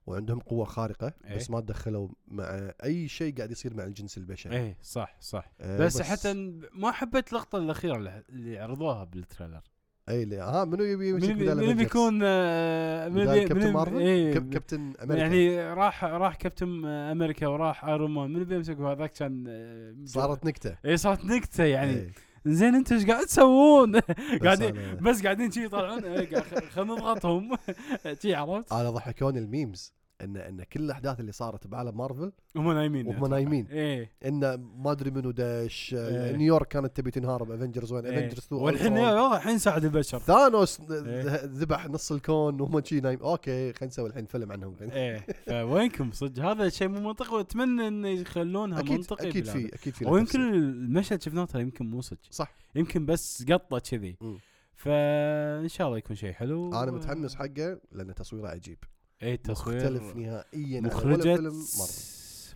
Speaker 2: وعندهم قوه خارقه
Speaker 1: إيه.
Speaker 2: بس ما تدخلوا مع اي شيء قاعد يصير مع الجنس البشري
Speaker 1: ايه صح صح
Speaker 2: آه،
Speaker 1: بس, بس حتى ما حبيت اللقطه الاخيره اللي- اللي عرضوها بالتريلر
Speaker 2: اي اللي ها منو يبي يمسك
Speaker 1: من
Speaker 2: بدال
Speaker 1: من
Speaker 2: Avengers؟
Speaker 1: بيكون آه، من
Speaker 2: بدال
Speaker 1: بي-
Speaker 2: كابتن
Speaker 1: من-
Speaker 2: مارفل؟
Speaker 1: إيه،
Speaker 2: كاب- كابتن امريكا يعني
Speaker 1: يعني راح راح كابتن آه، امريكا وراح ايرون مان من بيمسك هذاك كان آه،
Speaker 2: صارت نكته
Speaker 1: اي صارت نكته يعني
Speaker 2: إيه،
Speaker 1: زين انتم ايش قاعد
Speaker 2: [laughs]
Speaker 1: تسوون؟
Speaker 2: بس
Speaker 1: قاعدين
Speaker 2: أنا-
Speaker 1: بس قاعدين شي يطلعون إيه، قاعد- خ- خلنا نضغطهم [laughs] شي عرفت؟
Speaker 2: انا ضحكوني الميمز ان ان كل الاحداث اللي صارت بعالم مارفل
Speaker 1: هم نايمين
Speaker 2: وهم
Speaker 1: أتوقع.
Speaker 2: نايمين.
Speaker 1: ايه
Speaker 2: ان ما ادري منو داش
Speaker 1: إيه.
Speaker 2: نيويورك كانت تبي تنهار بافنجرز 1
Speaker 1: إيه.
Speaker 2: افنجرز 2
Speaker 1: والحين
Speaker 2: Ultron.
Speaker 1: يلا، الحين ساعد
Speaker 2: [laughs]
Speaker 1: البشر
Speaker 2: ثانوس
Speaker 1: إيه.
Speaker 2: ذبح نص الكون وهم شي نايم اوكي خلينا نسوي الحين فيلم عنهم
Speaker 1: ايه فوينكم صدق هذا شيء مو منطقي واتمنى انه يخلونها
Speaker 2: اكيد
Speaker 1: منطقي
Speaker 2: اكيد
Speaker 1: بالهذا.
Speaker 2: في اكيد في له
Speaker 1: ويمكن
Speaker 2: تفسير.
Speaker 1: المشهد شفناه ترى يمكن مو صدق
Speaker 2: صح.
Speaker 1: يمكن بس قطه كذي
Speaker 2: مم.
Speaker 1: فان شاء الله يكون شيء حلو
Speaker 2: انا متحمس حقه لان تصويره عجيب
Speaker 1: اي التصوير
Speaker 2: مختلف نهائيا أنا ولا
Speaker 1: مخرجة
Speaker 2: فيلم مره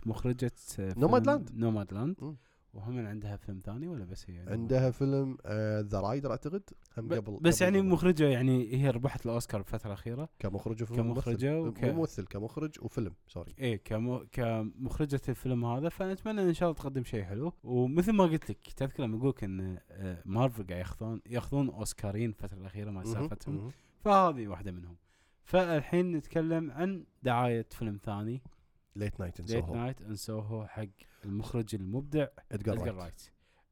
Speaker 1: مخرجة
Speaker 2: Nomadland.
Speaker 1: نوماد لاند
Speaker 2: مم.
Speaker 1: وهم عندها فيلم ثاني ولا بس هي
Speaker 2: عندها فيلم آه، ذا رايدر اعتقد هم
Speaker 1: ب-
Speaker 2: قبل
Speaker 1: بس
Speaker 2: قبل
Speaker 1: يعني
Speaker 2: Nomadland.
Speaker 1: مخرجة يعني هي ربحت الاوسكار الفترة الأخيرة
Speaker 2: كمخرج وفيلم
Speaker 1: كمخرجة وك-
Speaker 2: ممثل مو ممثل كمخرج وفيلم سوري
Speaker 1: ايه كم... كمخرجة الفيلم هذا فاتمنى ان شاء الله تقدم شيء حلو ومثل ما قلت لك تذكر لما اقول لك ان آه، مارفل قاعد ياخذون ياخذون اوسكارين الفترة الأخيرة مع
Speaker 2: مهم،
Speaker 1: سالفتهم
Speaker 2: مهم.
Speaker 1: فهذه واحدة منهم فالحين نتكلم عن دعاية فيلم ثاني
Speaker 2: ليت نايت ان
Speaker 1: ليت
Speaker 2: سوهو
Speaker 1: نايت ان سوهو حق المخرج المبدع
Speaker 2: ادجار
Speaker 1: ادجار
Speaker 2: رايت
Speaker 1: رايت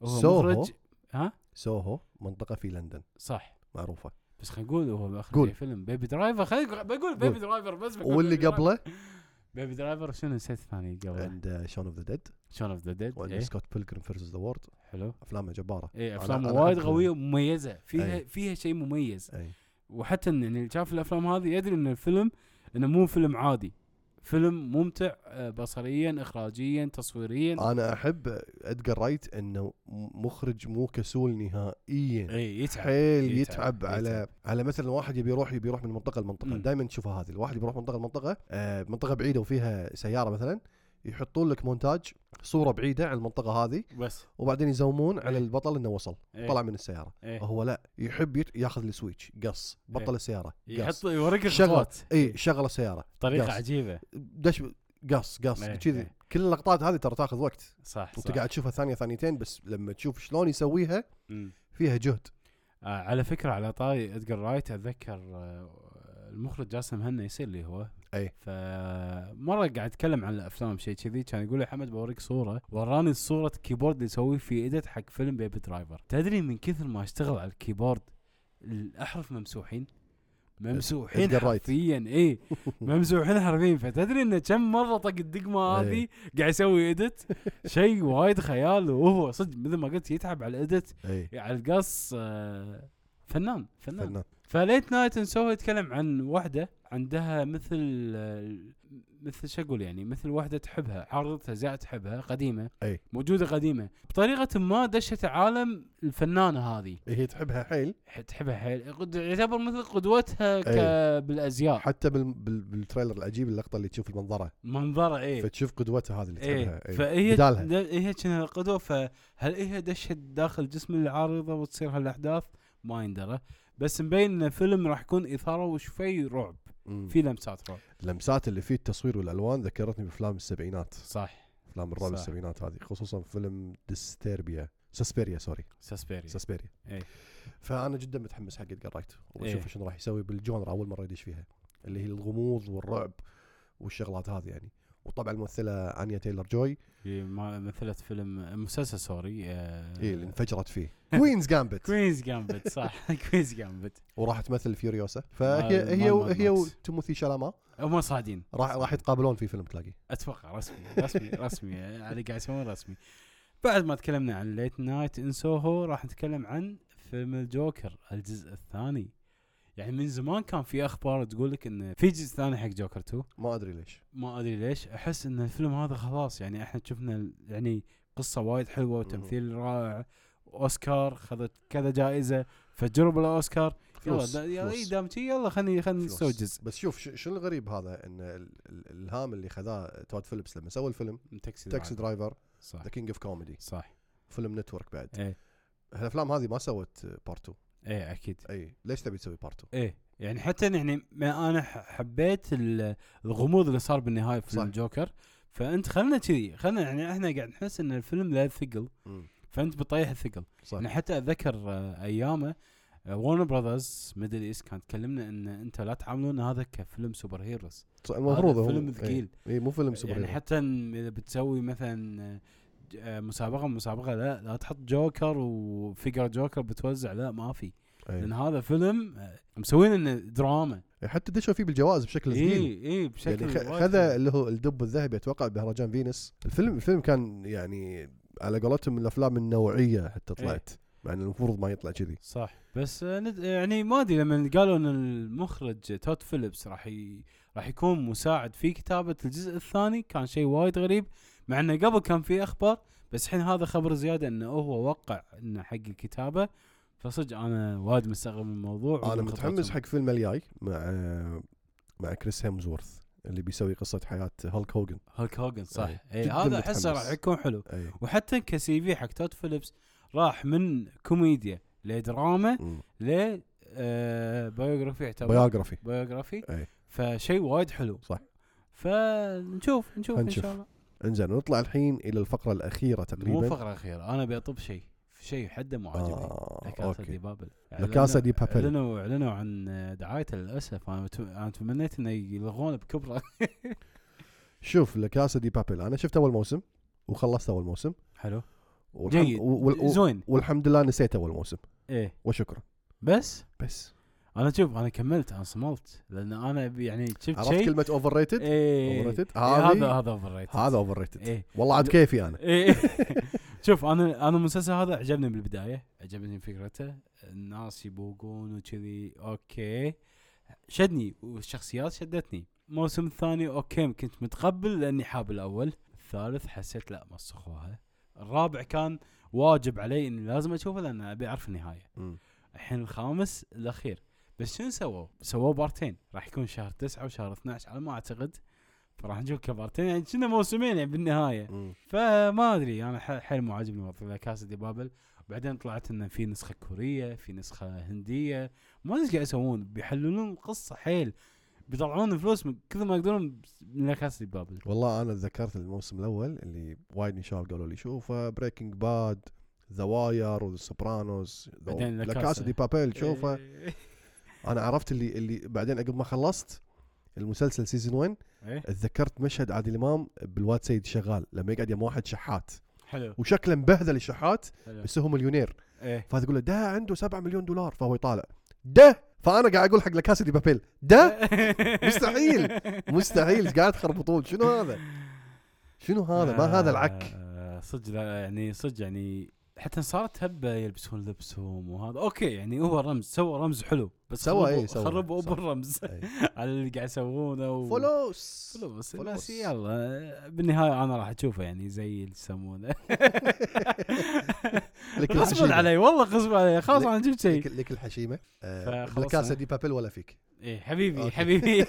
Speaker 1: وهو
Speaker 2: سوهو؟
Speaker 1: مخرج ها
Speaker 2: سوهو منطقه في لندن
Speaker 1: صح [laughs]
Speaker 2: معروفه
Speaker 1: بس خلينا نقول هو مخرج
Speaker 2: قول.
Speaker 1: أي فيلم بيبي درايفر خلينا بقول بيبي
Speaker 2: قول.
Speaker 1: درايفر بس بقول
Speaker 2: واللي
Speaker 1: بيبي درايفر. [laughs]
Speaker 2: قبله
Speaker 1: بيبي درايفر شنو نسيت الثاني قبله
Speaker 2: عند شون اوف ذا ديد
Speaker 1: شون اوف ذا
Speaker 2: وعند
Speaker 1: ديد
Speaker 2: سكوت بيلجريم فيرسز ذا وورد
Speaker 1: إيه، حلو
Speaker 2: افلامه جباره
Speaker 1: اي
Speaker 2: أنا-
Speaker 1: افلام
Speaker 2: أنا
Speaker 1: إيه، وايد
Speaker 2: أحب-
Speaker 1: قويه ومميزه فيها
Speaker 2: إيه.
Speaker 1: فيها شيء مميز
Speaker 2: اي
Speaker 1: وحتى إن يعني اللي شاف الافلام هذه يدري ان الفيلم انه مو فيلم عادي فيلم ممتع آه، بصريا اخراجيا تصويريا
Speaker 2: انا احب ادجار رايت انه مخرج مو كسول
Speaker 1: اي
Speaker 2: نهائيا
Speaker 1: إيه، يتعب
Speaker 2: حيل
Speaker 1: يتعب،
Speaker 2: يتعب على
Speaker 1: يتعب.
Speaker 2: على مثلا واحد يبي يروح يبي يروح من منطقه لمنطقه
Speaker 1: إيه، مم.
Speaker 2: دائما تشوفها هذه الواحد يروح منطقه لمنطقه آه منطقه بعيده وفيها سياره مثلا يحطون لك مونتاج صوره بعيده عن المنطقه هذه
Speaker 1: بس
Speaker 2: وبعدين يزومون على
Speaker 1: إيه.
Speaker 2: البطل انه وصل
Speaker 1: إيه.
Speaker 2: طلع آه. من السياره
Speaker 1: إيه.
Speaker 2: هو لا يحب يت- ياخذ السويتش قص بطل
Speaker 1: إيه.
Speaker 2: السياره
Speaker 1: يحط إيه.
Speaker 2: قص
Speaker 1: يوريك
Speaker 2: شغل.
Speaker 1: الخطوات
Speaker 2: اي شغل السياره
Speaker 1: طريقه
Speaker 2: قص.
Speaker 1: عجيبه
Speaker 2: دش قص قص
Speaker 1: إيه،
Speaker 2: كذي
Speaker 1: إيه.
Speaker 2: كل اللقطات هذه ترى تاخذ وقت
Speaker 1: صح
Speaker 2: انت
Speaker 1: صح
Speaker 2: قاعد تشوفها ثانيه ثانيتين بس لما تشوف شلون يسويها
Speaker 1: مم.
Speaker 2: فيها
Speaker 1: [laughs]
Speaker 2: جهد
Speaker 1: آه على فكره على طاري ادجر رايت اتذكر آه المخرج جاسم هنا يصير لي هو
Speaker 2: أي.
Speaker 1: فمره قاعد اتكلم عن الافلام شيء كذي كان يقول لي حمد بوريك صوره وراني صوره الكيبورد اللي يسويه في ايدت حق فيلم بيبي درايفر تدري من كثر ما اشتغل على الكيبورد الاحرف ممسوحين ممسوحين
Speaker 2: Edgar Wright.
Speaker 1: حرفيا اي ممسوحين حرفيا فتدري انه كم مره طق الدقمه هذه
Speaker 2: إيه.
Speaker 1: قاعد يسوي ايدت شيء وايد خيال وهو صدق مثل ما قلت يتعب على الايدت
Speaker 2: اي
Speaker 1: على القص آه، فنان فنان, فنان.
Speaker 2: إيه، فنان
Speaker 1: فليت نايت نسوي يتكلم عن وحده عندها مثل آه، مثل شو اقول يعني مثل وحده تحبها عارضتها زي تحبها قديمه
Speaker 2: أي.
Speaker 1: موجوده قديمه بطريقه ما دشت عالم الفنانه هذه
Speaker 2: إيه، هي تحبها حيل
Speaker 1: ح- تحبها حيل قد- يعتبر مثل قدوتها ك... بالازياء
Speaker 2: حتى بال... بال... بالتريلر العجيب اللقطه اللي تشوف المنظره
Speaker 1: منظره ايه
Speaker 2: فتشوف قدوتها هذه اللي
Speaker 1: ايه
Speaker 2: تحبها إيه.
Speaker 1: فهي
Speaker 2: بدالها.
Speaker 1: د- هي كانها قدوه فهل هي دشت داخل جسم العارضه وتصير هالاحداث؟ ما يندرى بس مبين ان فيلم راح يكون اثاره وشوي رعب
Speaker 2: مم.
Speaker 1: في لمسات رعب
Speaker 2: اللمسات اللي فيه التصوير والالوان ذكرتني بافلام السبعينات
Speaker 1: صح
Speaker 2: افلام الرعب
Speaker 1: صح.
Speaker 2: السبعينات هذه خصوصا فيلم ديستيربيا سسبيريا سوري
Speaker 1: ساسبيري
Speaker 2: سسبيريا
Speaker 1: إيه.
Speaker 2: فانا جدا متحمس حق ادجار رايت وبشوف
Speaker 1: إيه.
Speaker 2: شنو راح يسوي بالجونرا اول مره يدش فيها اللي هي الغموض والرعب والشغلات هذه يعني وطبعا الممثله انيا تايلر جوي
Speaker 1: هي إيه، ما- مثلت فيلم مسلسل سوري آه، [laughs]
Speaker 2: هي اللي انفجرت فيه كوينز جامبت
Speaker 1: كوينز جامبت صح [laughs] كوينز جامبت
Speaker 2: وراح تمثل فيوريوسا
Speaker 1: مال-
Speaker 2: فهي
Speaker 1: مال
Speaker 2: هي و-
Speaker 1: ماد
Speaker 2: هي
Speaker 1: ماكس.
Speaker 2: وتيموثي شالاما
Speaker 1: هم صاعدين
Speaker 2: راح راح يتقابلون في فيلم تلاقي
Speaker 1: اتوقع رسمي رسمي رسمي اللي قاعد يسوون رسمي بعد ما تكلمنا عن ليت نايت ان سوهو راح نتكلم عن فيلم الجوكر الجزء الثاني يعني من زمان كان في اخبار تقول لك ان في جزء ثاني حق جوكر 2
Speaker 2: ما ادري ليش
Speaker 1: ما ادري ليش احس ان الفيلم هذا خلاص يعني احنا شفنا ال- يعني قصه وايد حلوه وتمثيل رائع اوسكار خذت كذا جائزه فجرب الاوسكار يلا
Speaker 2: فلوس
Speaker 1: دا يلا إي
Speaker 2: فلوس.
Speaker 1: دام شي يلا خلني خلني
Speaker 2: فلوس.
Speaker 1: نسوي جزء
Speaker 2: بس شوف ش- شنو الغريب هذا ان ال- ال- الالهام اللي خذاه تود فيليبس لما سوى الفيلم
Speaker 1: تاكسي
Speaker 2: تاكسي
Speaker 1: درايفر.
Speaker 2: درايفر
Speaker 1: صح
Speaker 2: ذا كينج اوف كوميدي
Speaker 1: صح
Speaker 2: فيلم نتورك بعد
Speaker 1: ايه
Speaker 2: الافلام هذه ما سوت بارت 2
Speaker 1: ايه اكيد
Speaker 2: اي ليش تبي تسوي بارت 2
Speaker 1: ايه يعني حتى يعني ما انا ح- حبيت ال- الغموض اللي صار بالنهايه في
Speaker 2: صح.
Speaker 1: فيلم جوكر فانت خلنا كذي خلنا يعني احنا قاعد نحس ان الفيلم له ثقل
Speaker 2: مم.
Speaker 1: فانت بتطيح الثقل
Speaker 2: صح
Speaker 1: انا حتى اتذكر آه، ايامه ورن براذرز ميدل ايست كان تكلمنا ان انت لا تعاملون هذا كفيلم سوبر هيروز
Speaker 2: صح، المفروض
Speaker 1: هذا
Speaker 2: هو
Speaker 1: فيلم ثقيل
Speaker 2: اي مو فيلم سوبر
Speaker 1: يعني
Speaker 2: يعني
Speaker 1: حتى إن اذا بتسوي مثلا آه، ج- آه، مسابقه مسابقه لا لا تحط جوكر وفيجر جوكر بتوزع لا ما في
Speaker 2: إيه.
Speaker 1: لان
Speaker 2: أي.
Speaker 1: هذا فيلم آه، مسوين انه دراما
Speaker 2: حتى دشوا فيه بالجوائز بشكل
Speaker 1: اي
Speaker 2: ثقيل
Speaker 1: اي إيه، بشكل
Speaker 2: يعني خ-
Speaker 1: وايد
Speaker 2: خذ
Speaker 1: حلو.
Speaker 2: اللي هو الدب الذهبي اتوقع بمهرجان فينس الفيلم الفيلم كان يعني على قولتهم من الافلام النوعيه حتى
Speaker 1: إيه.
Speaker 2: طلعت مع انه المفروض ما يطلع كذي
Speaker 1: صح بس آه، ند- يعني ما ادري لما قالوا ان المخرج تود فيليبس راح ي... راح يكون مساعد في كتابه الجزء الثاني كان شيء وايد غريب مع انه قبل كان في اخبار بس الحين هذا خبر زياده انه هو وقع انه حق الكتابه فصدق انا وايد مستغرب من الموضوع
Speaker 2: انا
Speaker 1: ومن
Speaker 2: متحمس
Speaker 1: خطوتهم.
Speaker 2: حق فيلم الجاي مع مع كريس هيمزورث اللي بيسوي قصه حياه هالك هوجن
Speaker 1: هالك هوجن صح
Speaker 2: إيه،
Speaker 1: اي
Speaker 2: جداً
Speaker 1: هذا احسه
Speaker 2: متحمس.
Speaker 1: راح يكون حلو [laughs]
Speaker 2: اي
Speaker 1: وحتى كسي في حق تود فيليبس راح من كوميديا لدراما
Speaker 2: مم.
Speaker 1: ل آه، بيوغرافي يعتبر
Speaker 2: بايوغرافي
Speaker 1: بيوغرافي
Speaker 2: إيه.
Speaker 1: فشيء وايد حلو
Speaker 2: صح.
Speaker 1: فنشوف نشوف ان
Speaker 2: هنشوف.
Speaker 1: شاء الله
Speaker 2: انزين نطلع الحين الى الفقره الاخيره
Speaker 1: مو
Speaker 2: تقريبا
Speaker 1: فقره اخيره انا بيطب شيء شيء حده مو عاجبني
Speaker 2: آه،
Speaker 1: لا كاسا دي
Speaker 2: اوكي
Speaker 1: بابل
Speaker 2: لا كاسا دي بابل.
Speaker 1: اعلنوا اعلنوا عن دعايته للاسف انا ت- انا تمنيت انه يلغونه بكبره
Speaker 2: شوف لكاسا دي بابل انا شفت اول موسم وخلصت اول موسم
Speaker 1: [laughs] حلو
Speaker 2: والحم-
Speaker 1: جيد.
Speaker 2: و- وال- و-
Speaker 1: زين
Speaker 2: والحمد لله نسيت اول موسم
Speaker 1: ايه
Speaker 2: وشكرا
Speaker 1: بس
Speaker 2: بس
Speaker 1: انا شوف انا كملت انا صملت لان انا ب- يعني شفت
Speaker 2: عرفت
Speaker 1: شيء
Speaker 2: كلمه اوفر ريتد
Speaker 1: ايه
Speaker 2: اوفر ريتد
Speaker 1: إيه، هذا
Speaker 2: هذا
Speaker 1: هذا اوفر ريتد
Speaker 2: هذا اوفر ريتد
Speaker 1: ايه
Speaker 2: والله عاد كيفي انا
Speaker 1: ايه [laughs] شوف انا انا المسلسل هذا عجبني بالبدايه عجبني فكرته الناس يبوقون وكذي اوكي شدني والشخصيات شدتني الموسم الثاني اوكي كنت متقبل لاني حاب الاول الثالث حسيت لا مسخوها الرابع كان واجب علي اني لازم اشوفه لان ابي اعرف النهايه
Speaker 2: مم.
Speaker 1: الحين الخامس الاخير بس شنو سووا؟ سووا بارتين راح يكون شهر تسعة وشهر 12 على ما اعتقد فراح نشوف كبارتين يعني كنا موسمين يعني بالنهايه
Speaker 2: مم.
Speaker 1: فما ادري انا ح- حيل مو عاجبني وضع لا كاسا دي بابل بعدين طلعت انه في نسخه كوريه في نسخه هنديه ما ادري ايش قاعد يسوون بيحللون القصه حيل بيطلعون فلوس من كثر ما يقدرون من لا كاسا دي بابل
Speaker 2: والله انا تذكرت الموسم الاول اللي وايد من الشباب قالوا لي شوفه بريكنج باد ذا واير وسوبرانوس
Speaker 1: بعدين لا
Speaker 2: لكاسا
Speaker 1: كاسا.
Speaker 2: دي بابيل شوفه
Speaker 1: إيه.
Speaker 2: انا عرفت اللي اللي بعدين عقب ما خلصت المسلسل سيزون 1
Speaker 1: إيه.
Speaker 2: تذكرت مشهد عادل امام بالواد سيد شغال لما يقعد يم واحد شحات
Speaker 1: حلو
Speaker 2: وشكله مبهذل الشحات
Speaker 1: حلو
Speaker 2: بس هو مليونير
Speaker 1: ايه
Speaker 2: فهذا يقول له ده عنده 7 مليون دولار فهو يطالع ده فانا قاعد اقول حق لكاسا دي بابيل ده مستحيل. مستحيل [laughs] إيش قاعد تخربطون شنو هذا شنو هذا ما هذا العك
Speaker 1: آه، صدق لا، يعني صدق يعني حتى صارت هبه يلبسون لبسهم وهذا اوكي يعني هو رمز سوى رمز حلو بس
Speaker 2: سوى،
Speaker 1: خربوا-
Speaker 2: إيه، سوى.
Speaker 1: خربوا ابو
Speaker 2: صح. إيه.
Speaker 1: الرمز
Speaker 2: أي.
Speaker 1: [laughs] على اللي قاعد يسوونه و...
Speaker 2: فلوس
Speaker 1: آه. فلوس
Speaker 2: فلوس.
Speaker 1: بس يلا بالنهايه انا راح اشوفه يعني زي اللي يسمونه
Speaker 2: [laughs] لك
Speaker 1: غصبا
Speaker 2: الحشيمة.
Speaker 1: علي والله غصبا علي خلاص انا جبت شيء
Speaker 2: لك, لك الحشيمه آه،
Speaker 1: فخلصنا.
Speaker 2: بالكاسه دي بابيل ولا فيك
Speaker 1: ايه حبيبي
Speaker 2: أوكي. [laughs]
Speaker 1: حبيبي آه.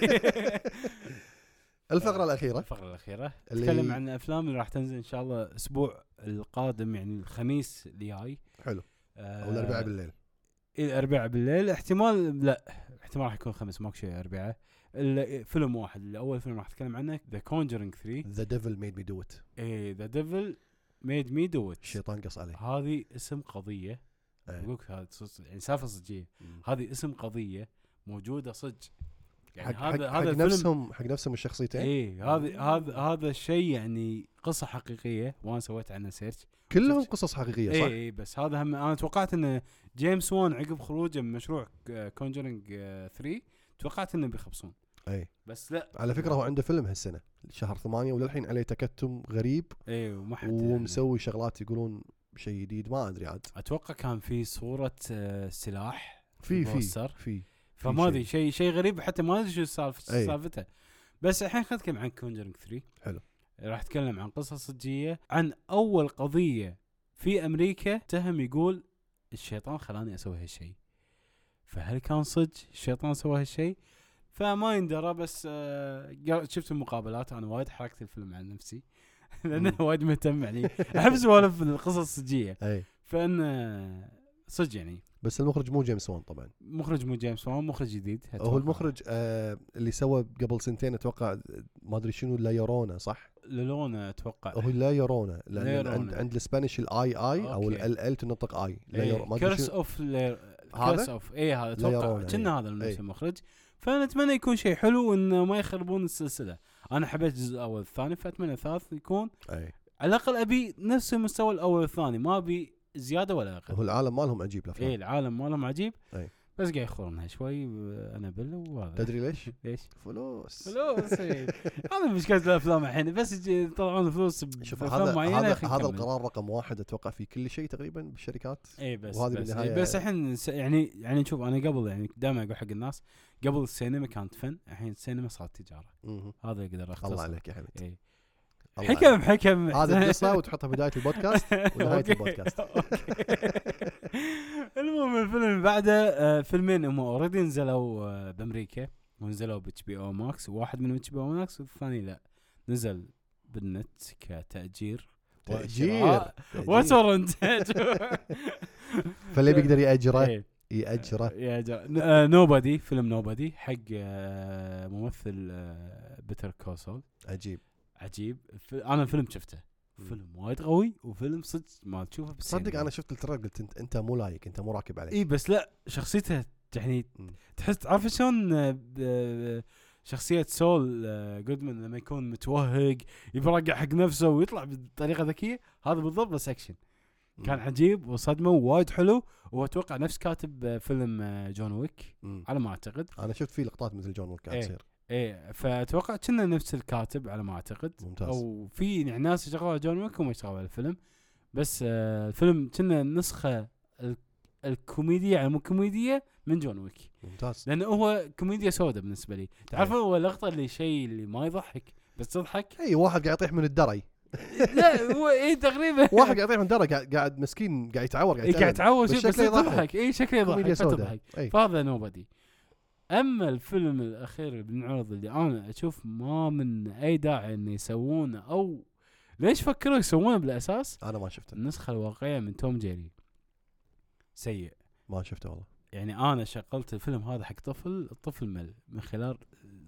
Speaker 2: الفقره
Speaker 1: [laughs]
Speaker 2: الاخيره
Speaker 1: الفقره الاخيره
Speaker 2: اللي-
Speaker 1: نتكلم عن الافلام اللي راح تنزل ان شاء الله الاسبوع القادم يعني الخميس الجاي
Speaker 2: حلو
Speaker 1: آه،
Speaker 2: او الاربعاء بالليل
Speaker 1: إيه، الاربعاء بالليل احتمال لا احتمال راح يكون خميس ماكو شيء اربعاء ال- فيلم واحد الاول فيلم راح اتكلم عنه ذا كونجرينج 3
Speaker 2: ذا ديفل ميد مي دو ات
Speaker 1: ايه ذا ديفل ميد مي دو ات
Speaker 2: الشيطان قص علي
Speaker 1: هذه اسم قضيه
Speaker 2: إيه.
Speaker 1: اقول لك هذا صدق- يعني سالفه صجيه هذه اسم قضيه موجوده صدق
Speaker 2: حق
Speaker 1: يعني
Speaker 2: حق,
Speaker 1: هذا
Speaker 2: حق
Speaker 1: هذا الفيلم إيه.
Speaker 2: نفسهم حق نفسهم الشخصيتين
Speaker 1: اي هذا هذا هذا الشيء يعني قصه حقيقيه وانا سويت عنها سيرش
Speaker 2: كلهم
Speaker 1: شفت-
Speaker 2: قصص حقيقيه صح؟
Speaker 1: اي اي بس هذا هم انا توقعت انه جيمس وان عقب خروجه من مشروع كونجرينج 3 توقعت انه بيخبصون
Speaker 2: اي
Speaker 1: بس لا
Speaker 2: على فكره هو عنده فيلم هالسنه شهر ثمانية وللحين عليه تكتم غريب
Speaker 1: اي وما حد
Speaker 2: ومسوي شغلات يقولون شيء جديد ما ادري عاد
Speaker 1: اتوقع كان في صوره آه، سلاح
Speaker 2: في في
Speaker 1: البوستر.
Speaker 2: [laughs] في
Speaker 1: فما
Speaker 2: شيء.
Speaker 1: ادري شيء شيء غريب حتى ما ادري شو سالفه
Speaker 2: أي.
Speaker 1: سالفته بس الحين خلينا نتكلم عن كونجرينج 3
Speaker 2: حلو.
Speaker 1: راح اتكلم عن قصه صجيه عن اول قضيه في امريكا تهم يقول الشيطان خلاني اسوي هالشيء فهل كان صدق الشيطان سوى هالشيء فما يندرى بس آه، قر- شفت المقابلات انا وايد حركت الفيلم عن نفسي [laughs] لانه وايد مهتم يعني
Speaker 2: [laughs]
Speaker 1: احب سوالف القصص الصجيه
Speaker 2: اي
Speaker 1: فان آه، صدق يعني
Speaker 2: إيه، بس المخرج مو جيمس وان طبعا
Speaker 1: مخرج مو جيمس وان مخرج جديد
Speaker 2: هو
Speaker 1: أتوقع.
Speaker 2: المخرج آه اللي سوى قبل سنتين اتوقع ما ادري شنو لا يرونا صح؟
Speaker 1: للونه اتوقع
Speaker 2: هو لا يرونا لان
Speaker 1: لا يرونا.
Speaker 2: عند عند الاسبانيش الاي اي او
Speaker 1: أوكي.
Speaker 2: ال ال تنطق اي لا
Speaker 1: إيه.
Speaker 2: يرو- ما ادري
Speaker 1: كيرس
Speaker 2: شنو
Speaker 1: اوف لير-
Speaker 2: هذا؟
Speaker 1: كيرس اوف اي إيه، هذا
Speaker 2: لا
Speaker 1: اتوقع
Speaker 2: يرون،
Speaker 1: كنا هذا
Speaker 2: إيه.
Speaker 1: الموسم المخرج فنتمنى يكون شيء حلو وانه ما يخربون السلسله انا حبيت الجزء الاول والثاني فاتمنى الثالث يكون
Speaker 2: اي
Speaker 1: على الاقل ابي نفس المستوى الاول والثاني ما ابي زياده ولا اقل
Speaker 2: هو العالم مالهم عجيب الافلام
Speaker 1: اي العالم مالهم عجيب
Speaker 2: إيه.
Speaker 1: بس قاعد يخورونها شوي انابل وهذا
Speaker 2: تدري ليش؟
Speaker 1: ليش؟
Speaker 2: فلوس
Speaker 1: فلوس إيه. هذا مشكله الافلام الحين بس يجي يطلعون فلوس
Speaker 2: شوف
Speaker 1: بافلام
Speaker 2: هذا
Speaker 1: معينه
Speaker 2: هذا,
Speaker 1: خلي
Speaker 2: هذا
Speaker 1: نكمل.
Speaker 2: القرار رقم واحد اتوقع في كل شيء تقريبا بالشركات
Speaker 1: اي بس
Speaker 2: وهذه
Speaker 1: بس,
Speaker 2: بالنهاية-
Speaker 1: إيه بس الحين س- يعني يعني شوف انا قبل يعني دائما اقول حق الناس قبل السينما كانت فن الحين السينما صارت تجاره
Speaker 2: مهم.
Speaker 1: هذا اللي اقدر اختصر
Speaker 2: الله عليك يا حميد
Speaker 1: إيه.
Speaker 2: الله
Speaker 1: حكم حكم [laughs]
Speaker 2: عليك. هذه القصه وتحطها بدايه البودكاست ونهايه
Speaker 1: أوكي.
Speaker 2: البودكاست
Speaker 1: أوكي. المهم الفيلم بعده آه، فيلمين هم اوريدي نزلوا آه، بامريكا ونزلوا باتش بي او ماكس واحد منهم اتش بي او ماكس والثاني لا نزل بالنت كتاجير
Speaker 2: تأجير تأجير.
Speaker 1: وتورنت [laughs]
Speaker 2: فاللي بيقدر
Speaker 1: إيه.
Speaker 2: يأجره يأجره
Speaker 1: يا جماعه نوبادي فيلم نوبادي حق آه، ممثل آه، بيتر كوسول
Speaker 2: عجيب
Speaker 1: عجيب الف- انا فيلم شفته
Speaker 2: مم.
Speaker 1: فيلم وايد قوي وفيلم صدق ما تشوفه بالسينما.
Speaker 2: صدق انا شفت التريلر قلت انت انت مو لايق انت مو راكب عليه
Speaker 1: اي بس لا شخصيته يعني
Speaker 2: مم.
Speaker 1: تحس تعرف شلون آه، ب- آه، شخصية سول آه، جودمان لما يكون متوهق يبرقع حق نفسه ويطلع بطريقة ذكية هذا بالضبط بس اكشن كان عجيب وصدمة وايد حلو واتوقع نفس كاتب آه، فيلم آه، جون ويك
Speaker 2: مم.
Speaker 1: على ما اعتقد
Speaker 2: انا شفت فيه لقطات مثل جون ويك قاعد
Speaker 1: إيه.
Speaker 2: تصير
Speaker 1: ايه فاتوقع كنا نفس الكاتب على ما اعتقد
Speaker 2: ممتاز
Speaker 1: او في يعني ناس يشتغلوا على جون ويك وما يشتغلوا على الفيلم بس آه الفيلم كنا نسخه ال- الكوميديا على مو كوميديا من جون ويك
Speaker 2: ممتاز
Speaker 1: لانه هو كوميديا سوداء بالنسبه لي تعرف
Speaker 2: أي.
Speaker 1: هو اللقطه اللي شيء اللي ما يضحك بس
Speaker 2: [laughs]
Speaker 1: تضحك
Speaker 2: اي إيه، واحد قاعد يطيح من الدرج
Speaker 1: لا هو اي تقريبا
Speaker 2: [laughs] واحد قاعد يطيح من الدرج قاعد- قاعد مسكين قاعد يتعور قاعد
Speaker 1: إيه، قاعد
Speaker 2: يتألم.
Speaker 1: تعوج
Speaker 2: بس
Speaker 1: بس
Speaker 2: شكله يضحك.
Speaker 1: تضحك اي شكله يضحك
Speaker 2: كوميديا
Speaker 1: ما تضحك
Speaker 2: سوداء إيه. اي
Speaker 1: فهذا نوبدي اما الفيلم الاخير اللي بنعرض اللي انا اشوف ما من اي داعي انه يسوونه او ليش فكروا يسوونه بالاساس
Speaker 2: انا ما شفته
Speaker 1: النسخه الواقعيه من توم جيري سيء
Speaker 2: ما شفته والله
Speaker 1: يعني انا شغلت الفيلم هذا حق طفل الطفل مل من خلال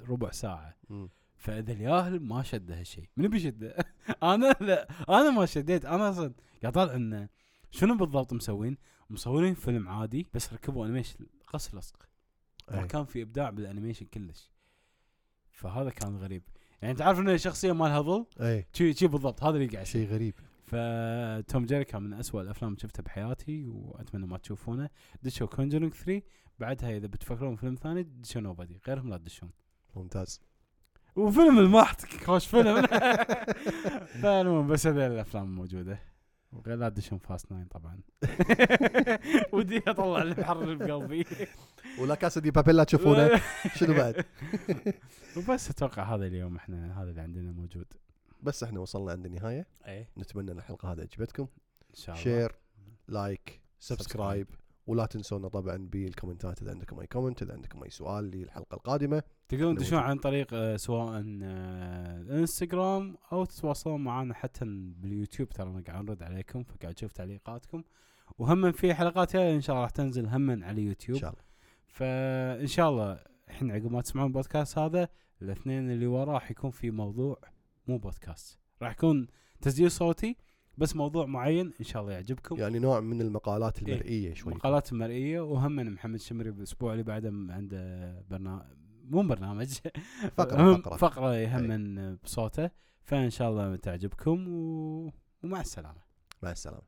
Speaker 1: ربع ساعه
Speaker 2: مم.
Speaker 1: فاذا الياهل ما شده هالشيء من بيشده [laughs] انا لا انا ما شديت انا اصلا قاعد طالع انه شنو بالضبط مسوين مصورين فيلم عادي بس ركبوا انيميشن قص لصق ما
Speaker 2: إيه.
Speaker 1: كان في ابداع بالانيميشن كلش فهذا كان غريب يعني تعرف ان الشخصيه مالها ظل
Speaker 2: اي
Speaker 1: شي شي بالضبط هذا اللي قاعد يصير.
Speaker 2: شيء غريب
Speaker 1: فتوم جيري كان من أسوأ الافلام اللي شفتها بحياتي واتمنى ما تشوفونه دشوا كونجرينج 3 بعدها اذا بتفكرون فيلم ثاني دشوا نوبادي غيرهم لا تدشون
Speaker 2: ممتاز
Speaker 1: وفيلم المحط خوش فيلم [laughs] فالمهم بس هذه الافلام موجوده غير لا تدشون فاست ناين طبعا [laughs] ودي اطلع المحرر [laughs] بقلبي
Speaker 2: ولا كاسا دي بابيلا تشوفونه شنو بعد
Speaker 1: وبس اتوقع هذا اليوم احنا هذا اللي عندنا موجود
Speaker 2: بس احنا وصلنا عند النهايه
Speaker 1: ايه
Speaker 2: نتمنى ان الحلقه هذه عجبتكم
Speaker 1: ان شاء الله
Speaker 2: شير لايك سبسكرايب ولا تنسونا طبعا بالكومنتات اذا عندكم اي كومنت اذا عندكم اي سؤال للحلقه القادمه
Speaker 1: تقدرون
Speaker 2: إنه
Speaker 1: تدشون
Speaker 2: موجود.
Speaker 1: عن طريق آه، سواء آه، الانستغرام او تتواصلون معنا حتى باليوتيوب ترى انا قاعد نرد عليكم فقاعد اشوف تعليقاتكم وهم في حلقات جايه ان شاء الله راح تنزل هم على
Speaker 2: ان
Speaker 1: اليوتيوب
Speaker 2: شاء الله
Speaker 1: فان شاء الله الحين عقب ما تسمعون البودكاست هذا الاثنين اللي وراه راح يكون في موضوع مو بودكاست راح يكون تسجيل صوتي بس موضوع معين ان شاء الله يعجبكم
Speaker 2: يعني نوع من المقالات
Speaker 1: إيه.
Speaker 2: المرئيه شوي
Speaker 1: مقالات مرئيه وهم محمد شمري بالاسبوع اللي بعده عنده برنامج مو برنامج
Speaker 2: فقره
Speaker 1: هم
Speaker 2: فقره
Speaker 1: فقره يهمن بصوته فان شاء الله تعجبكم و... ومع السلامه
Speaker 2: مع السلامه